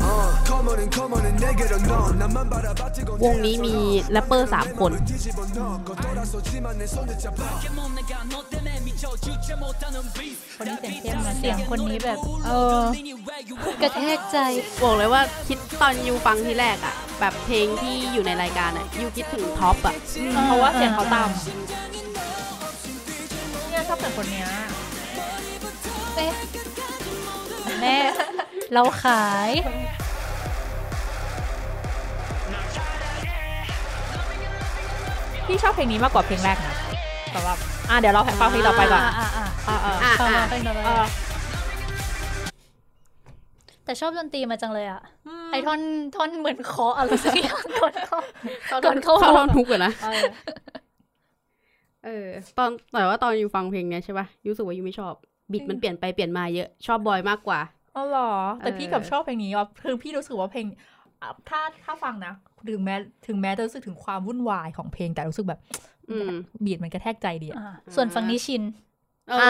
커머는 커머는 내게로 넣어 나만 바라봐 뜨거운 วงนี้มีแรปเปอร์สามคน 뒤집어 넣어 돌아서지만 내 손을 잡아 คนนี้เสียงเข้มนะเสียงคนนี้แบบ เออ กระแทกใจ บอกเลยว่าคิดตอนยูฟังที่แรกอะแบบเพลงที่อยู่ในรายการอะยูคิดถึงท็อปอะ เพราะว่าเสียงเขาต่ำเนี่ยชอบเสียงคนเนี้ย แม่ เราขาย พี่ชอบเพลงนี้มากกว่าเพลงแรกนะสำหรับอ่ะเดี๋ยวเราแผ่ฟังเพลงต่อไปก่อน อ่าอ่าอ่อ่าะอ่ะ อ่ะ ฟัง อ่ะ มาเพลงต่อไป เออ แต่ชอบดนตรีมาจังเลยอ่ะ ไอท่อนท่อนเหมือนเคออะไรสักอย่าง ก่อนเข้าก่อนเข้า เข้าทอนทุกกันนะ เออ เออตอนแต่ว่าตอนยูฟังเพลงเนี้ยใช่ป่ะยูรู้สึกว่ายูไม่ชอบบิดมันเปลี่ยนไปเปลี่ยนมาเยอะชอบบอยมากกว่า เอาเหรอ แต่พี่ เออ กับชอบเพลงนี้อ่ะคือพี่รู้สึกว่าเพลงอ่ะถ้าถ้าฟังนะถึงแม้ถึงแม้จะรู้สึกถึงความวุ่นวายของเพลงแต่รู้สึกแบบ อืม บีดมันกระแทกใจดีอะ อ่าส่วนฝั่งนี้ชิน เออ อ่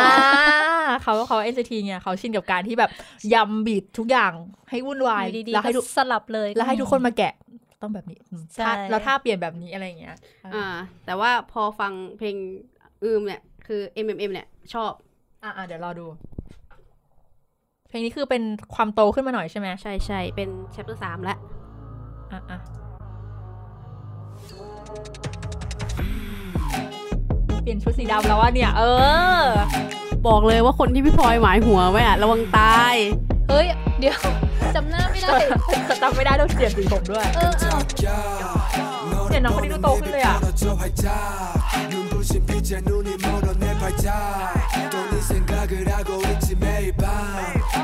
า อ เขาเขาเอ t ทีไงเขาชินกับการที่แบบยำบีดทุกอย่างให้วุ่นวาย อยู่ดีๆ แล้วให้ทุก ก็สลับเลย แล้วให้ทุก มี คนมาแกะต้องแบบนี้อืม ใช่ ท่าแล้วท่าเปลี่ยนแบบนี้อะไรอย่างเงี้ย อ่า แต่ว่าพอฟังเพลงอืมเนี่ยคือ MMM เนี่ยชอบ อ่าเดี๋ยวรอดู เพลงนี้คือเป็นความโตขึ้นมาหน่อยใช่ไหม ใช่ใช่เป็น chapter สามแล้ว อ่ะอ่ะเปลี่ยนชุดสีดำแล้วว่าเนี่ย เออ บอกเลยว่าคนที่พี่พลอยหมายหัวไว้อะระวังตาย เฮ้ย เดี๋ยวจำหน้าไม่ได้ จำไม่ได้ด้วยเปลี่ยนสีผมด้วย เออเอา เนี่ยน้องคนนี้ดูโตขึ้นเลยอ่ะ 저 활짝 눈부신 빛에 눈이 멀어 내 발짝 또네 생각을 하고 있지 매일 밤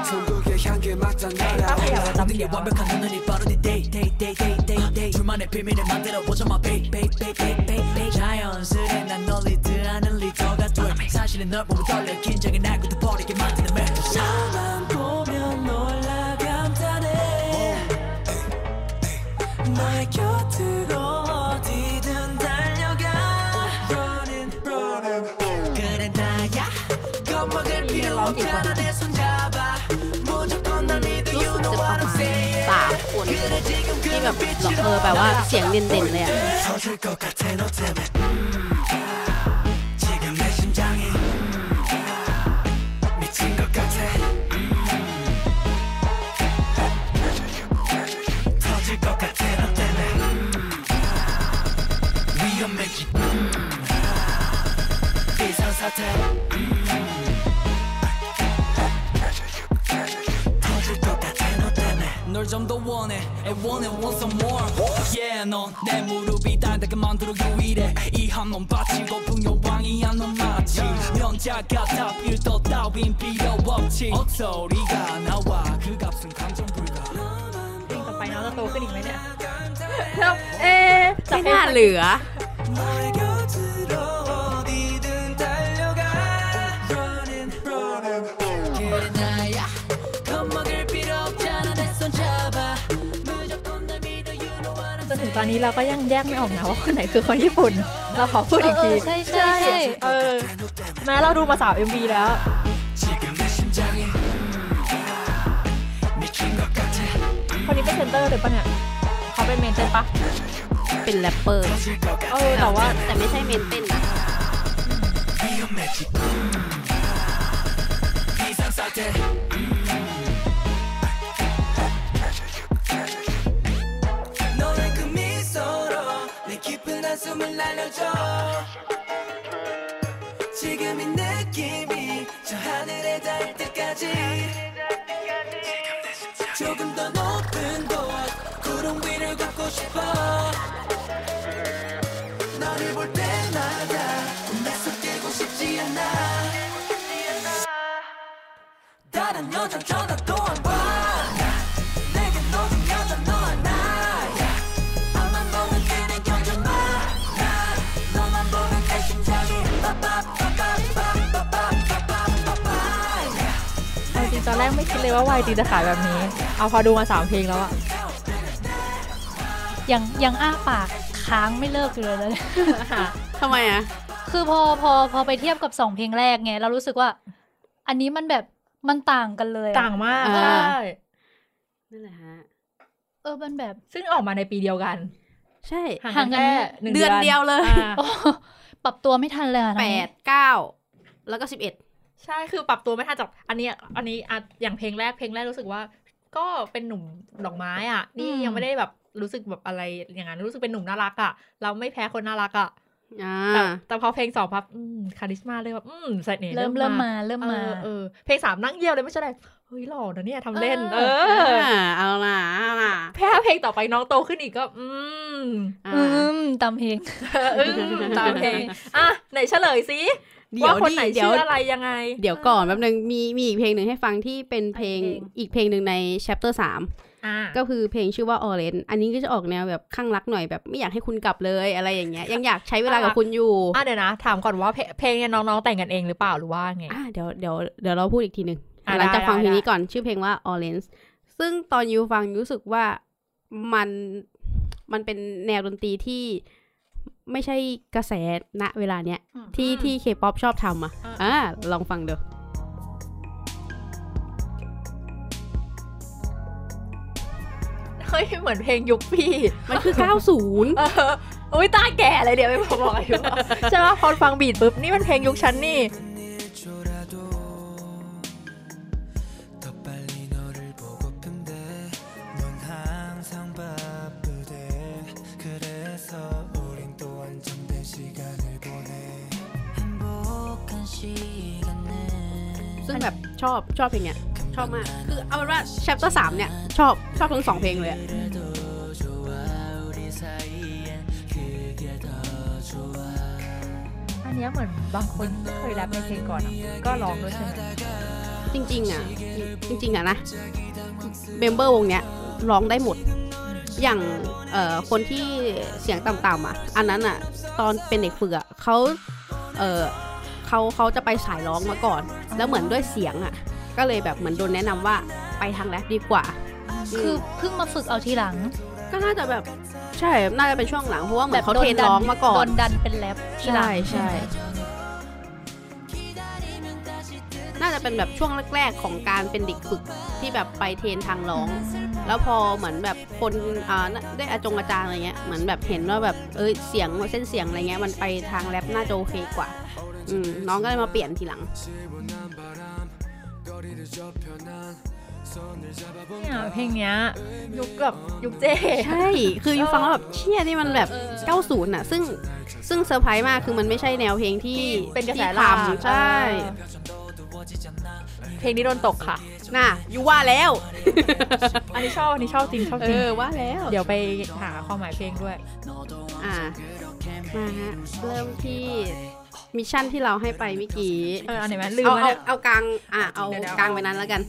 천국의 향기 맡아 날아 ถ้าขยับมาจำเสียง 네게 อะ 완벽한 눈늘이 바로 네 데이 데이 데이 데이 데이 데이 둘만의 비밀을 만들어 보자 my babe babe babe babe babe babe 자연스레 난 널리 드하는 리더가 돼 사실은 널 보면 떨려 긴장이 날 굳어 버리게 만드는 매 나만 보면 놀라 감탄해 너의 곁으로 어디든 달려가 running running 그래 나야 겁먹을 필요 없잖아 내 손잡아 무조건 난 믿어 รู้ you สึก know จะประมาณ what I'm saying สามคนที่แบบเออแบบว่าเสียงเด่นๆเลยอะ 터질 것 같아 너 때문에 지금 내 심장이 미친 것 같아 터질 것 같아 너 때문에 위험해지 비상사태 터질 것 같아 너 때문에 널 좀 더 원해 and want and want some more yeah 넌내 무릎이 달달게 만들어 유일해 이한놈 바치고 풍요왕이야 넌 마치 면자 같아 필터 따윈 필요 없지 헛소리가 나와 그 값은 감정 불가 เพลงต่อไปน้องจะโตขึ้นอีกไหมเนี่ยเอะจับเพลงไม่น่าเหลือ 너의 곁으로 어디든 달려가 Running, running 그래 나야 겁먹을 필요 없잖아 내 손 잡아 무조건 날 믿어 you know what I'm จนถึงตอนนี้เราก็ยังแยกไม่ออกนะว่าคนไหนคือคนญี่ปุ่น เราขอพูดอีกที เออเออใช่ใช่ใช่ เออแม้เราดูมาสาว MV แล้ว 지금 내 심장이 미친 것 같아 คนนี้เป็นเซนเตอร์หรือปะเนี่ยเขาเป็นเมนเตอร์ปะ เป็นแรปเปอร์ เออแต่ว่า แต่ไม่ใช่เมนเต้นนะ 너의 그 미소로 내 깊은 한숨을 날려줘 지금 이 느낌이 저 하늘에 닿을 때까지 조금 더 높은 곳 구름 위를 걷고 싶어 너를 볼 때마다 꿈에 섞이고 싶지 않아 다른 여자 쳐다도 안봐 내게 너는 여자 너와 나야 앞만 보는 그는 경전 마 너만 보는 내 심장이 빠빠빠빠빠빠빠빠 แรกไม่คิดเลยว่าวายตีจะขายแบบนี้ เอาพอดูมาสามเพลงแล้วอะ ยังยังอ้าปากค้างไม่เลิกอยู่เลยนะ ทำไมอ่ะ คือพอพอพอไปเทียบกับสองเพลงแรกไงเรารู้สึกว่า อันนี้มันแบบมันต่างกันเลยอะ ต่างมาก อ่า ใช่ นั่นแหละฮะ เออมันแบบ ซึ่งออกมาในปีเดียวกัน ใช่ ห่างกันแค่ ห่างกัน หนึ่ง เดือนเดียวเลย อ่า โอ้ปรับตัวไม่ทันเลยอะ แป ทั้งนี้ ดเก้าแล้วก็สิบเอ็ด ใช่คือปรับตัวไม่ทันจากอันเนี้ยอันนี้อะอย่างเพลงแรกเพลงแรกรู้สึกว่า ก็เป็นหนุ่มดอกไม้อ่ะ นี่ยังไม่ได้แบบรู้สึกแบบอะไรอย่างนั้นรู้สึกเป็นหนุ่มน่ารักอ่ะ เราไม่แพ้คนน่ารักอ่ะ อ่า แต่แต่พอเพลงสองพับอืมคาริสมาเลยแบบอืมเสน่ห์ เริ่มเริ่มมาเริ่ม เอ มา อเออเพลงสามนั่งเยี่ยวเลยไม่ใช่อะไรเฮ้ยหล่อนะเนี่ยทำเล่น เอ เอ อ อ เอาล่ะเอาล่ะ แพ้เพลงต่อไปน้องโตขึ้นอีกก็ อืม อ่า อืมตามเพลง อืมตามเพลงอ่ะไหนเฉลยสิว่าคนไหน เดี๋ยว ชื่ออะไรยังไง เดี๋ยวก่อนแป๊บนึงมีมีอีกเพลงหนึ่งให้ฟังที่เป็นเพลง เพลง อีกเพลงหนึ่งใน chapter สาม อ่ะ ก็คือเพลงชื่อว่า Orange อันนี้ก็จะออกแนวแบบข้างรักหน่อยแบบไม่อยากให้คุณกลับเลยอะไรอย่างเงี้ย ยังอยากใช้เวลากับคุณอยู่ อ่ะเดี๋ยวนะ ถามก่อนว่าเพลงเพลงเนี่ยน้องๆแต่งกันเองหรือเปล่าหรือว่าไง อ่ะเดี๋ยวเดี๋ยวเดี๋ยวเราพูดอีกทีหนึ่ง อ่ะ หลังจาก ได้ ฟังเพลงนี้ ได้ ก่อนชื่อเพลงว่า Orange ซึ่งตอนยูฟังยูรู้สึกว่ามันมันเป็นแนวดนตรีที่ไม่ใช่กระแสณเวลาเนี้ย อืม ที่ที่เคป๊อปชอบทำอ่ะอ่าลองฟังดู เฮ้ยเหมือนเพลงยุคพี่ มันคือ 90 เอออุ้ยตาแก่เลยเดี๋ยวไปบอกบอกอายุใช่ป่ะพอฟังบีทปุ๊บนี่มันเพลงยุคฉันนี่ 일조라도 더 빨리 너를 보고픈데 넌 항상 바쁘대 그래서 우린 또 한정된 시간을 보내 행복한 시간을 ซึ่งแบบชอบชอบเพลงเนี้ยชอบมาก คือเอาเป็นว่า chapter 3เนี่ย ชอบชอบทั้งสองเพลงเลยอะ 그래도 좋아 우리 사이엔 그게 더 좋아 อันเนี้ยเหมือนบางคนเคยแรปในเพลงก่อนอะก็ร้องด้วยใช่ไหม จริงๆอ่ะจริงๆอ่ะนะเมมเบอร์วงเนี้ยร้องได้หมด อย่างเอ่อคนที่เสียงต่ำๆอ่ะ อันนั้นอ่ะ ตอนเป็นเด็กฝึกอ่ะเขาเอ่อเขาเขาจะไปสายร้องมาก่อน แล้วเหมือนด้วยเสียงอ่ะ ก็เลยแบบเหมือนโดนแนะนำว่าไปทางแรปดีกว่า คือเพิ่งมาฝึกเอาทีหลัง ก็น่าจะแบบใช่น่าจะเป็นช่วงหลังเพราะว่าเหมือนเขาเทรนร้องมาก่อ โด น นดันเป็นแรปทีหลัง ใช่ใช่น่าจะเป็นแบบช่วงแรก ๆ ของการเป็นเด็กฝึกที่แบบไปเทรนทางร้อง แล้วพอเหมือนแบบคนอ่าน่ะได้อาจงอาจารย์อะไรเงี้ยเหมือนแบบเห็นว่าแบบเอ้ยเสียงเส้นเสียงอะไรเงี้ยมันไปทางแรปน่าจะโอเคกว่าอืมน้องก็เลยมาเปลี่ยนทีหลัง 시원한 바람 거리를 좁혀 난 손을 잡아본 เนี่ยเพลงเนี้ยยุคแบบยุคเจ ใช่ คืออยู่ฟังแล้วแบบเชี่ยนี่มันแบบ 90อ่ะ ซึ่งซึ่งเซอร์ไพรส์มากคือมันไม่ใช่แนวเพลงที่ เป็นกระแส ที่ หลัก ทำใช่ เพลงนี้โดนตกค่ะ น่ะยูว่าแล้ว อันนี้ชอบอันนี้ชอบจริงชอบ เอ จริง อว่าแล้ว เดี๋ยวไปหาความหมายเพลงด้วย อ่ามาฮะเริ่มที่มิชชั่นที่เราให้ไปเมื่อกี้ เอออันไหนไหมลืม เอา มา เอา เนี่ย เอากลางอ่ะเอา เดี๋ยวๆ กลางไปนั้นแล้วกัน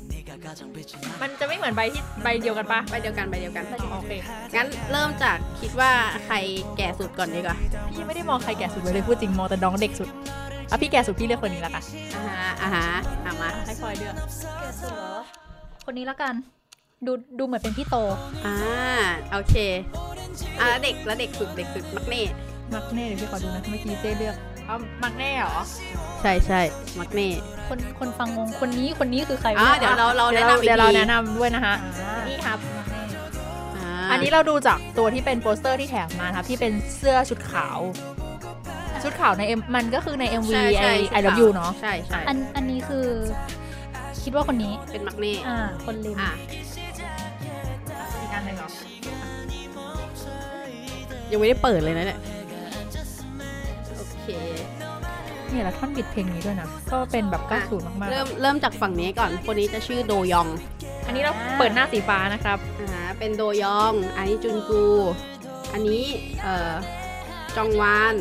มันจะไม่เหมือนใบที่ใบเดียวกันปะ ไปเดียวกันไปเดียวกัน อ๋อโอเค งั้นเริ่มจากคิดว่าใครแก่สุดก่อนดีกว่า พี่ไม่ได้มองใครแก่สุดเลยพูดจริงมองแต่น้องเด็กสุดอ่ะพี่แก่สุดพี่เลือกคนนี้ละกัน อ่าฮะอ่าฮะเอามา ให้พลอยเลือก แกสุดเหรอคนนี้ละกัน ดูดูเหมือนเป็นพี่โต อ่าโอเคอ่าแล้วเด็กแล้วเด็กสุดเด็กสุดมักเน่ มักเน่เดี๋ยวพี่ขอดูนะเมื่อกี้เจเลือกอ๋อมักเน่เหรอ ใช่ใช่มักเน่ คนคนฟังงงคนนี้คนนี้คือใคร อ่าว ะ เดี๋ยวเราเราแนะนำอีก เดี๋ยวเรา ที แนะนำด้วยนะฮะ อ่า นี่ครับ อ่า อันนี้เราดูจากตัวที่เป็นโปสเตอร์ที่แถมมานะครับที่เป็นเสื้อชุดขาว ชุดขาวใน M มันก็คือใน MV ใช่ ไอ ใช่ ไอ o v ยูเนาะ ใช่ใช่ อันอันนี้คือ คิดว่าคนนี้ เป็นมักเน่ อ่า คนริม อ่ะ อีกอันหนึ่งเหรอ ยังไม่ได้เปิดเลยนะเนี่ยโอเค เนี่ยแล้วท่อนบิดเพลงนี้ด้วยนะ ก็เป็นแบบ อ่ะ 90มาก เริ่มเริ่มจากฝั่งนี้ก่อน คนนี้จะชื่อโดยอง ๆ อันนี้เราเปิดหน้าสีฟ้านะครับ อ่าเป็นโดยอง อันนี้จุนกู อันนี้เอ่อจองวาน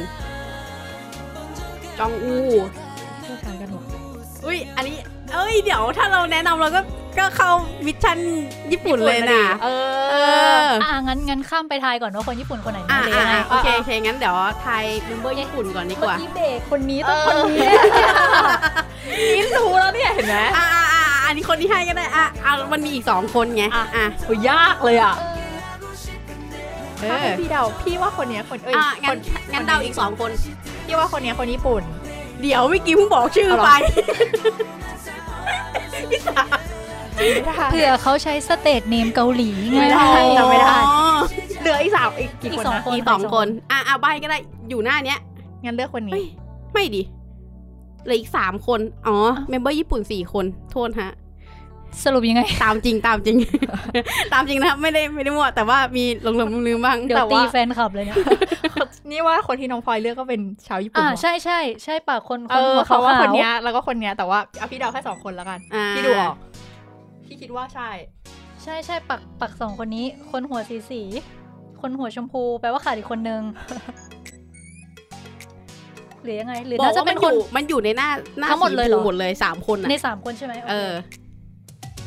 จองอู ชื่อคล้ายกันหมด อุ้ย อันนี้ เอ้ย เดี๋ยวถ้าเราแนะนำเราก็ก็เข้ามิชชั่นญี่ปุ่นเลยนะ เอ เอ อ อ อ่างั้นงั้นข้ามไปทายก่อนว่าคนญี่ปุ่นคนไหน อ่ะ หรือ อ่ะ ยังไง อ่ะโอเคโอเค งั้นเดี๋ยวไทยเมมเบอร์ญี่ปุ่นก่อนดีก เมื่อ ว่า กี้เบรกคนนี้ต้องคนนี้ นี่รู้แล้วเนี่ยเห็นไหม อ่ะอ่ะอ่ะ อันนี้คนที่ให้ก็ได้อ่ะเอามันมีอีกสองคนไงอ่ะอ่ะ โอ้ยยากเลยอ่ะ เอ ถ้าให้ อ พี่เดาพี่ว่าคนเนี้ยคนเอ้ย อ่ะ ค งั้น น งั้นเดาอีกสองคน พี่ว่าคนเนี้ยคนญี่ปุ่น เดี๋ยวเมื่อกี้เพิ่งบอกชื่อ เอาเหรอ ไป เผื่อเขาใช้สเตทเนมเกาหลีไง ไม่ได้จำไม่ได้ อ๋อ เหลืออีกสามอีกกี่ อี คน กสอง นะ คน มีสองคนอ่ะอ่ะใบก็ได้อยู่หน้าเนี้ย งั้นเลือกคน เฮ้ นี้ ย ไม่ดิเหลืออีกสามคน อ๋อ เมมเบอร์ญี่ปุ่นสี่คน โทษฮะ สรุปยังไง ตามจริงตามจริง ตามจริงนะครับไม่ได้ไม่ได้มั่วแต่ว่ามีหลงหลงลืมๆบ้าง เดี๋ยว แต่ ตี ว่า แฟนคลับเลยเนี่ย นี่ว่าคนที่น้องพลอยเลือกก็เป็นชาวญี่ปุ่น อ่า หมด ใช่ใช่ใช่ปากคนค เอน อ หัวขา เขา ว ว่าคนเนี้ยแล้วก็คนเนี้ยแต่ว่าเอาพี่เดาแค่สองคนแล้วกัน อ่า พี่ดูออกพี่คิดว่าใช่ ใช่ใช่ปากปากสองคนนี้ คนหัวสีสี คนหัวชมพูแปลว่าขาดอีกคนนึงหรือยังไง หรือ บอก น่าจะ ว่า เป็ มัน น อ คน ยู่มันอยู่ในหน้าหน้า ทั้งหมด สี เลยเหรอ ชพูหมดเลยสามคน ใน อ่ะ สามคนใช่ไหมโค เออ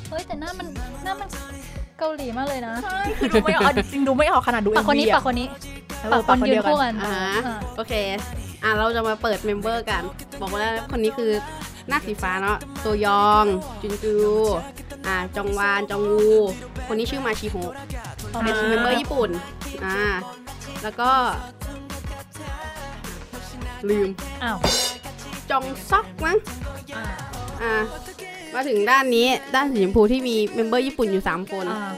เฮ้ยแต่หน้ามันหน้ามันเกาหลีมากเลยนะ ใช่คือดูไม่ออกเอาจริงๆดูไม่ออกขนาดดูเอ็ ปาก ม คน วี นี้ปากคนนี้ปากค ปาก น คน ยื เดียนวกั คู่ น กัน อ่า อ่า โอเค อ่ะเราจะมาเปิดเมมเบอร์กัน บอกว่าคนนี้คือหน้าสีฟ้าเนาะตัวยอง จุนจูอ่าจองวานจองวูคนนี้ชื่อมาชิโฮะเป็นเมมเบอร์ญี่ปุ่นอ่าแล้วก็ ลืม อ้าว จองซอกมั้ง อ่า อ่ะมาถึงด้านนี้ด้านสีชมพูที่มีเมมเบอร์ญี่ปุ่นอยู่ 3 คน อ่า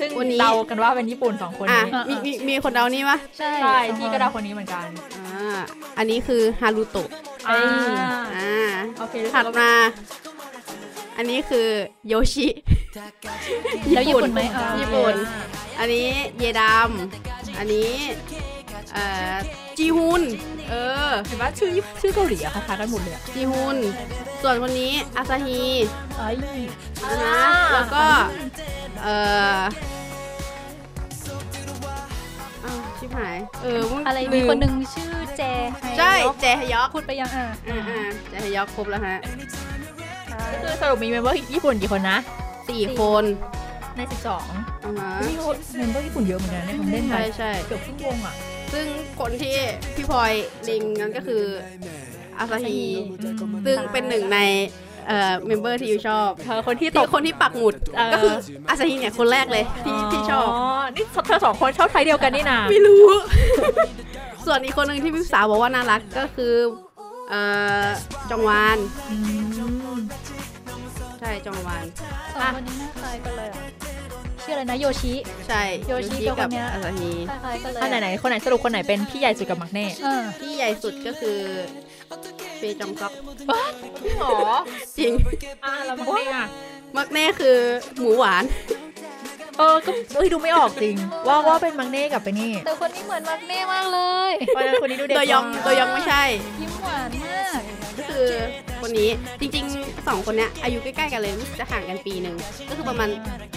ซึ่ง วันนี้ เดากันว่าเป็นญี่ปุ่นสองคน อ่ะ นี้ มีมีมีคนเดานี่ปะ ใช่ ใช่ สอง พี่ก็เดาคนนี้เหมือนกัน อ่าอันนี้คือฮารุโตะ อ่า อ่า โอเครู้สึ ถั ก ด ว่า มา อันนี้คือโยชิ แล้วญี่ปุ่นไหมอ่า ญี่ปุ่น อันนี้เยดามอันนี้เอ่อจีฮุนเออ เห็นว่าชื่อญี่ปุ่นชื่อเกาหลีอะคล้ายๆกันหมดเลยอะ จีฮุนส่วนคนนี้อาซาฮี เอ้ย นะแล้วก็เอ่ออ้าวชิบหายเออมึง อะไร ลื มี ม คนหนึ่งชื่อแจไฮ ใช่ ยอก เจฮยอก พูดไปยังอ่า อ่าๆเจฮยอกครบแล้วฮะ คือสรุปมีเมมเบอร์ญี่ปุ่นกี่คนนะ สี่คน ในสิบสอง อ่าฮะ นี่เขาเมมเบอร์ญี่ปุ่นเยอะเหมือนกันเนี่ยผมเล่นไป ใช่ใช่ เกือบครึ่งวงอะ ๆซึ่งคนที่พี่พลอยลิงนั้นก็คืออาซาฮีซึ่งเป็นหนึ่งในเอ่อเมมเบอร์ที่อยู่ชอบ เธอคนที่ต ที่ ก คนที่ปักหมุด เออ ก็คืออาซาฮีเนี่ยคนแรกเลยที่ที่ชอบ อ๋อนี่เธอสองคนชอบใช้เดียวกันนี่นา ไม่รู้ ส่วนอีกคนหนึ่งที่พี่สาวบอกว่าน่ารักก็คือเอ่อจองวานใช่จองวาน สองคนนี้หน้าคล้ายกันเลยอ่ะชื่ออะไรนะโยชิ ใช่ โยชิกับ กับ คนเนี้ย อาซาฮี คล้ายๆกันเลย อันไหนไหนคนไหนสรุปคนไหนเป็นพี่ใหญ่สุดกับมักเน่ เออ ที่ใหญ่สุดก็คือเฟยจองซอก หรอ จริง อ่าแล้วมักเน่อะ มักแน่คือหมูหวาน เออก็เอ้ยดูไม่ออกจริง ว่าว่าเป็นมักเน่กับไปนี่ แต่คนนี้เหมือนมักเน่มากเลย วันนั้นคนนี้ดูเด็ก ตัวยอง กว่า ตัวยองไม่ใช่ ยิ้มหวานมาก ก็คือคนนี้จริงๆสองคนเนี้ยอายุใกล้ๆกันเลยรู้สึกจะห่างกันปีหนึ่งก็คือประมาณ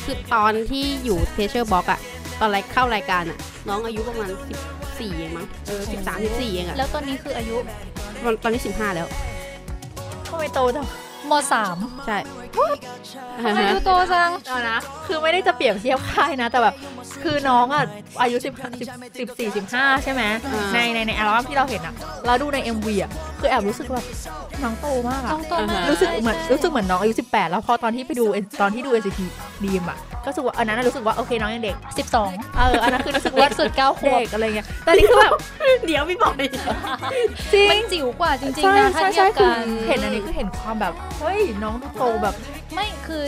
คือตอนที่อยู่เทเชอร์บ็อกอะตอนแรกเข้ารายการอะน้องอายุประมาณ 14เองมั้งเออ13 14เองอะ แล้วตอนนี้คืออายุ มันตอนนี้ 15 แล้ว ทำไมโตจัง มสาม ใช่ ทำไมดูโตจัง เอานะ คือไม่ได้จะเปรียบเทียบค่ายนะ แต่แบบ คือน้องอ่ะ อายุ10 10 14 15 ใช่ไหม ในในในอัลบั้มที่เราเห็นอ่ะ เราดูใน MV อ่ะ คือแอบรู้สึกแบบน้องโตมากอ่ะ ต้องโตมาก รู้สึกเหมือนรู้สึกเหมือนน้องอายุ 18 แล้วพอตอนที่ไปดูตอนที่ดู NCT ดีมอ่ะ ก็รู้สึกว่าอันนั้นนะรู้สึกว่า โอเคน้องยังเด็ก สิบสอง เออ อันนั้นคือรู้สึก เล็ ว่าก สุดเก้าขวบ เด็กอะไรเงี้ย แต่นี่คือแบบ เดี๋ยวพี่บอย จริง มันจิ๋วกว่าจริง ใช่ ๆนะถ้า ใช่ เทีย ใช่คืบอกัน เห็นอันนี้คือเห็นความแบบ เฮ้ย น้องดูโตแบบ ไม่คือ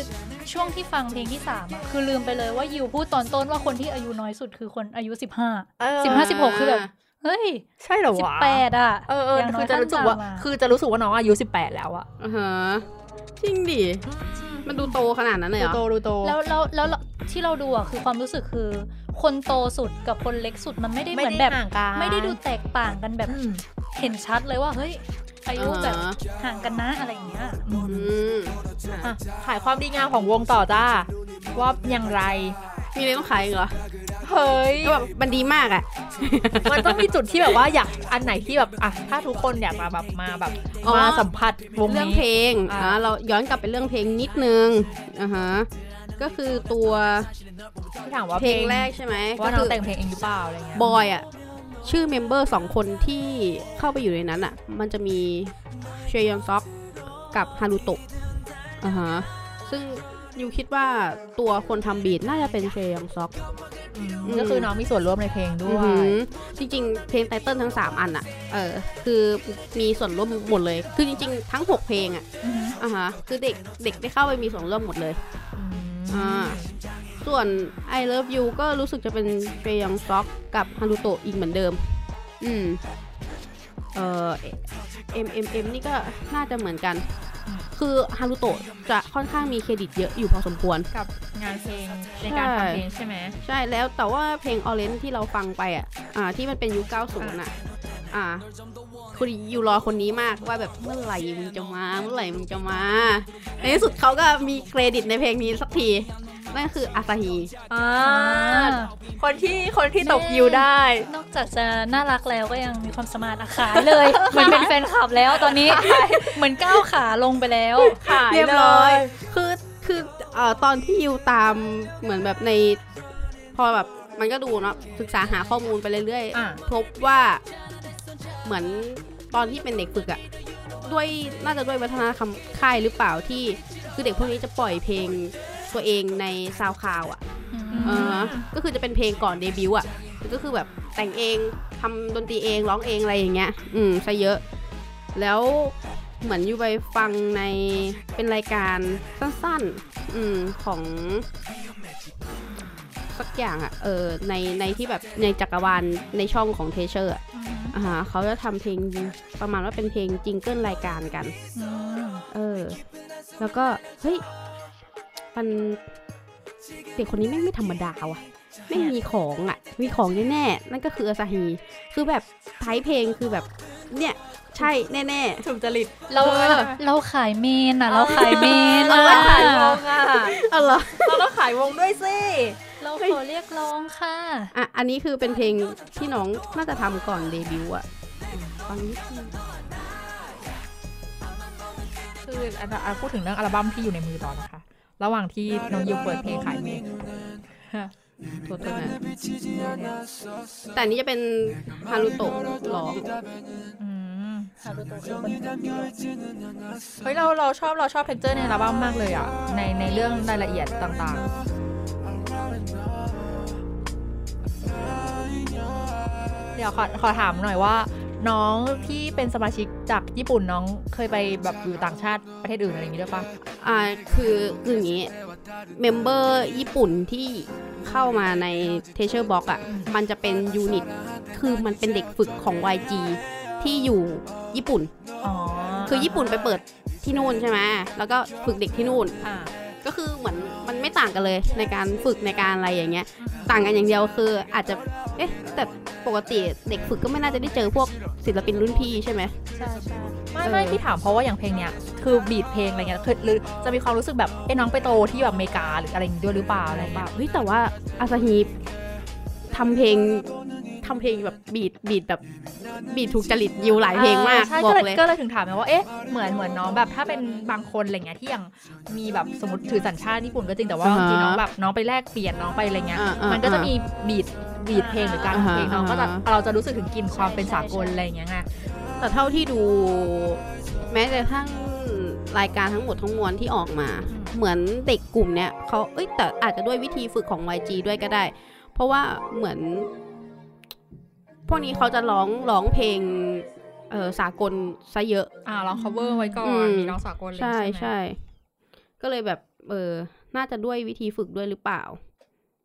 ช่วงที่ฟังเพลงที่สามอะคือลืมไปเลยว่ายิวพูดตอนต้นว่าคนที่อายุน้อยสุดคือคนอายุสิบห้า เออ สิบห้า 16คือแบบ เฮ้ย ใช่เหรอ สิบ วะ แปดอ่ะ เออเอออย่ งน้ คื ย อจะรู้สึกว่า ขั้นต่ำอะ คือจะรู้สึกว่าน้องอายุ 18 แล้วอะ อ่าฮะจริงดิมันดูโตขนาดนั้นเลยเหรอ โตดูโต แล้วแล้วแล้วเราที่เราดูอ่ะคือความรู้สึกคือ คนโตสุดกับคนเล็กสุดมันไม่ได้เห ไม่ มือน ได้ แบบ ห่างกัน ไม่ได้ดูแตกต่างกันแบบ อืม เห็นชัดเลยว่าเฮ้ยอายุแบบ อ่า ห่างกันนะอะไรอย่างเงี้ย อืม อ่ะขายความดีงามของวงต่อจ้า ว่าอย่างไร มีอะไรต้องขายอีกเหรอ เฮ้ย ก็แบบมันดีมากอะ มันต้องมีจุดที่แบบว่าอยากอันไหนที่แบบอ่ะถ้าทุกคนอยากมาแบบมาแบบ อ๋อ มาสัมผัสวง เรื่องเพล นี้ ง อ่า อ่าเราย้อนกลับไปเรื่องเพลงนิดนึงอ่าฮะ ก็คือตัว ที่ถามว่า เพลงแรกใช่ไหมก็ ว่าน้อ คื งแต่งเพลงเองหรือเปล่าอะไรเงี้ย บอยอ่ะ ชื่อเมมเบอร์สองคนที่เข้าไปอยู่ในนั้นอ่ะ มันจะมีเชยอนซอกกับฮารุโตะอ่าฮะ ซึ่งยูคิดว่าตัวคนทำบีทน่าจะเป็นเชยองซอก อืม ก็คือน้องมีส่วนร่วมในเพลงด้ว อือย หือจริงๆ เพลงไตเติ้ลทั้ง 3 อันอะเออ คือมีส่วนร่วมหมดเลย คือจริงๆ ทั้ง 6 เพลงอะอ่าฮะ คือเด็กเด็กได้เข้าไปมีส่วนร่วมหมดเลย อ่า ส่วน I Love You ก็รู้สึกจะเป็นเปยองซ็อกกับฮารุโตะอีกเหมือนเดิม อืม เอ่อ M M M นี่ก็น่าจะเหมือนกัน คือฮารุโตะจะค่อนข้างมีเครดิตเยอะอยู่พอสมควร กับงานเพลงในการทำเพลงใช่ไหม ใช่แล้วแต่ว่าเพลง Orange ที่เราฟังไปอ่ะ อ่า ที่มันเป็นยุค 90 อ่ะ อ่า คุณอยู่รอคนนี้มากว่าแบบเมื่อไหร่มึงจะมา เมื่อไหร่มึงจะมา ในที่สุดเขาก็มีเครดิตในเพลงนี้สักที นั่นคืออาซาฮี อ่า คนที่คนที่ตกยิวได้ นอกจากจะน่ารักแล้วก็ยังมีความสมาร์ทอะขายเลย เหมือนเป็นแฟนคลับแล้วตอน นี้ เหมือนก้าวขาลงไปแล้ว ค่ะ เรียบร้อย คือคือเอ่อตอนที่ยูตามเหมือนแบบใน พอแบบมันก็ดูเนาะศึกษาหาข้อมูลไปเรื่อย อ่ะ พบว่าเหมือนตอนที่เป็นเด็กฝึกอะด้วยน่าจะด้วยวัฒนธรรมค่ายหรือเปล่าที่ คือเด็กพวกนี้จะปล่อยเพลงตัวเองในซาวคลาวอะเออก็คือจะเป็นเพลงก่อนเดบิวต์อะก็คือแบบแต่งเองทำดนตรีเองร้องเองอะไรอย่างเงี้ย อืมซะเยอะ แล้วเหมือนอยู่ไปฟังในเป็นรายการสั้นๆ อืมของ สักอย่างอะเออในในที่แบบในจักรวาลในช่องของเทเชอร์อะอ่าฮะเขาจะทำเพลงประมาณว่าเป็นเพลงจิงเกิลรายการกัน เออ แล้วก็ เฮ้ย มันเด็กคนนี้แม่งไม่ธรรมดาว่ะไม่งมีของอ่ะ มีของแน่ๆ นั่นก็คืออาซาฮี คือแบบไทยเพลงคือแบบ เนี่ย ใช่แน่ ถูกจริต เราเราขายเมนอะเราขายเมนอะ เราขายวงอ่ะ ๆเอาเหรอ เราต้องขายวงด้วยสิ เราขอเรียกร้องค่ะ อ่ะ อันนี้คือเป็นเพลงที่น้องน่าจะทำก่อนเดบิวต์อ่ะฟังนิดนึง คืออันอ่ะพูดถึงเรื่องอัลบั้มที่อยู่ในมือตอนนะคะ ระหว่างที่น้องยิวเปิดเพลงขายเพลง โทษด้วยนะแต่อันนี้จะเป็นฮารุโตะร้อง เฮ้ยเราเราชอบเราชอบเพนเจอร์ในอัลบั้มมากเลยอ่ะ ในในเรื่องรายละเอียดต่างๆ เดี๋ยวขอขอถามหน่อยว่า น้องที่เป็นสมาชิกจากญี่ปุ่นน้องเคยไปแบบอยู่ต่างชาติประเทศอื่นอะไรอย่างนี้ด้วยปะ อ่า คือคืออย่างนี้ เมมเบอร์ญี่ปุ่นที่เข้ามาในเทเชอร์บ็อกอ่ะ มันจะเป็นยูนิต คือมันเป็นเด็กฝึกของ YG ที่อยู่ญี่ปุ่น อ๋อ คือญี่ปุ่นไปเปิดที่นู่นใช่ไหม แล้วก็ฝึกเด็กที่นู่น อ่า ก็คือเหมือนมันไม่ต่างกันเลยในการฝึกในการอะไรอย่างเงี้ย ต่างกันอย่างเดียวคืออาจจะ เอ๊ะ แต่ปกติเด็กฝึกก็ไม่น่าจะได้เจอพวกศิลปินรุ่นพี่ใช่ไหม ไม่ เออ ไม่ที่ถามเพราะว่าอย่างเพลงเนี้ยคือบีดเพลงอะไรเงี้ยคือหรือจะมีความรู้สึกแบบเอ้น้องไปโตที่แบบอเมริกาหรืออะไรอย่างงี้ด้วยหรือเปล่าอะไร เป เงี้ ล่าย เฮ้ยแต่ว่าอาซาฮีทำเพลงทำเพลงแบบบีดบีดแบบบีดถูกจริตยิวหลายเพลงมาก ใช่ บ ก็ อก เล เลย ย ก็เลยถึงถามไงว่าเอ๊ะเหมือนเหมือนน้องแบบถ้าเป็นบางคนอะไรเงี้ยที่ยังมีแบบสมมติถือสัญชาติญี่ปุ่นก็จริงแต่ว่าบางทีน้องแบบน้องไปแลกเปลี่ยนน้องไปอะไรเงี้ย อ่าอ่า มันก็จะมีบีดบีดเพลงหรือการ อ่าฮะ เพลงน้องก็จะ อ่าฮะ เราจะรู้สึกถึงกลิ่นความเป็นสากลอะไรเงี้ยไง แต่เท่าที่ดู แม้กระทั่งรายการทั้งหมดทั้งมวลที่ออกมา เหมือนเด็กกลุ่มเนี้ยเขาเอ้ยแต่อาจจะด้วยวิธีฝึกของ YG ด้วยก็ได้ เพราะว่าเหมือน พวกนี้เขาจะร้องร้องเพลงเออสากลซะเยอะ อ่าลอง cover ไว้ก่อ อื น ม มีน้องสากลอะไร ใช่ ใช่ไหม ใช่ก็เลยแบบ เออ น่าจะด้วยวิธีฝึกด้วยหรือเปล่า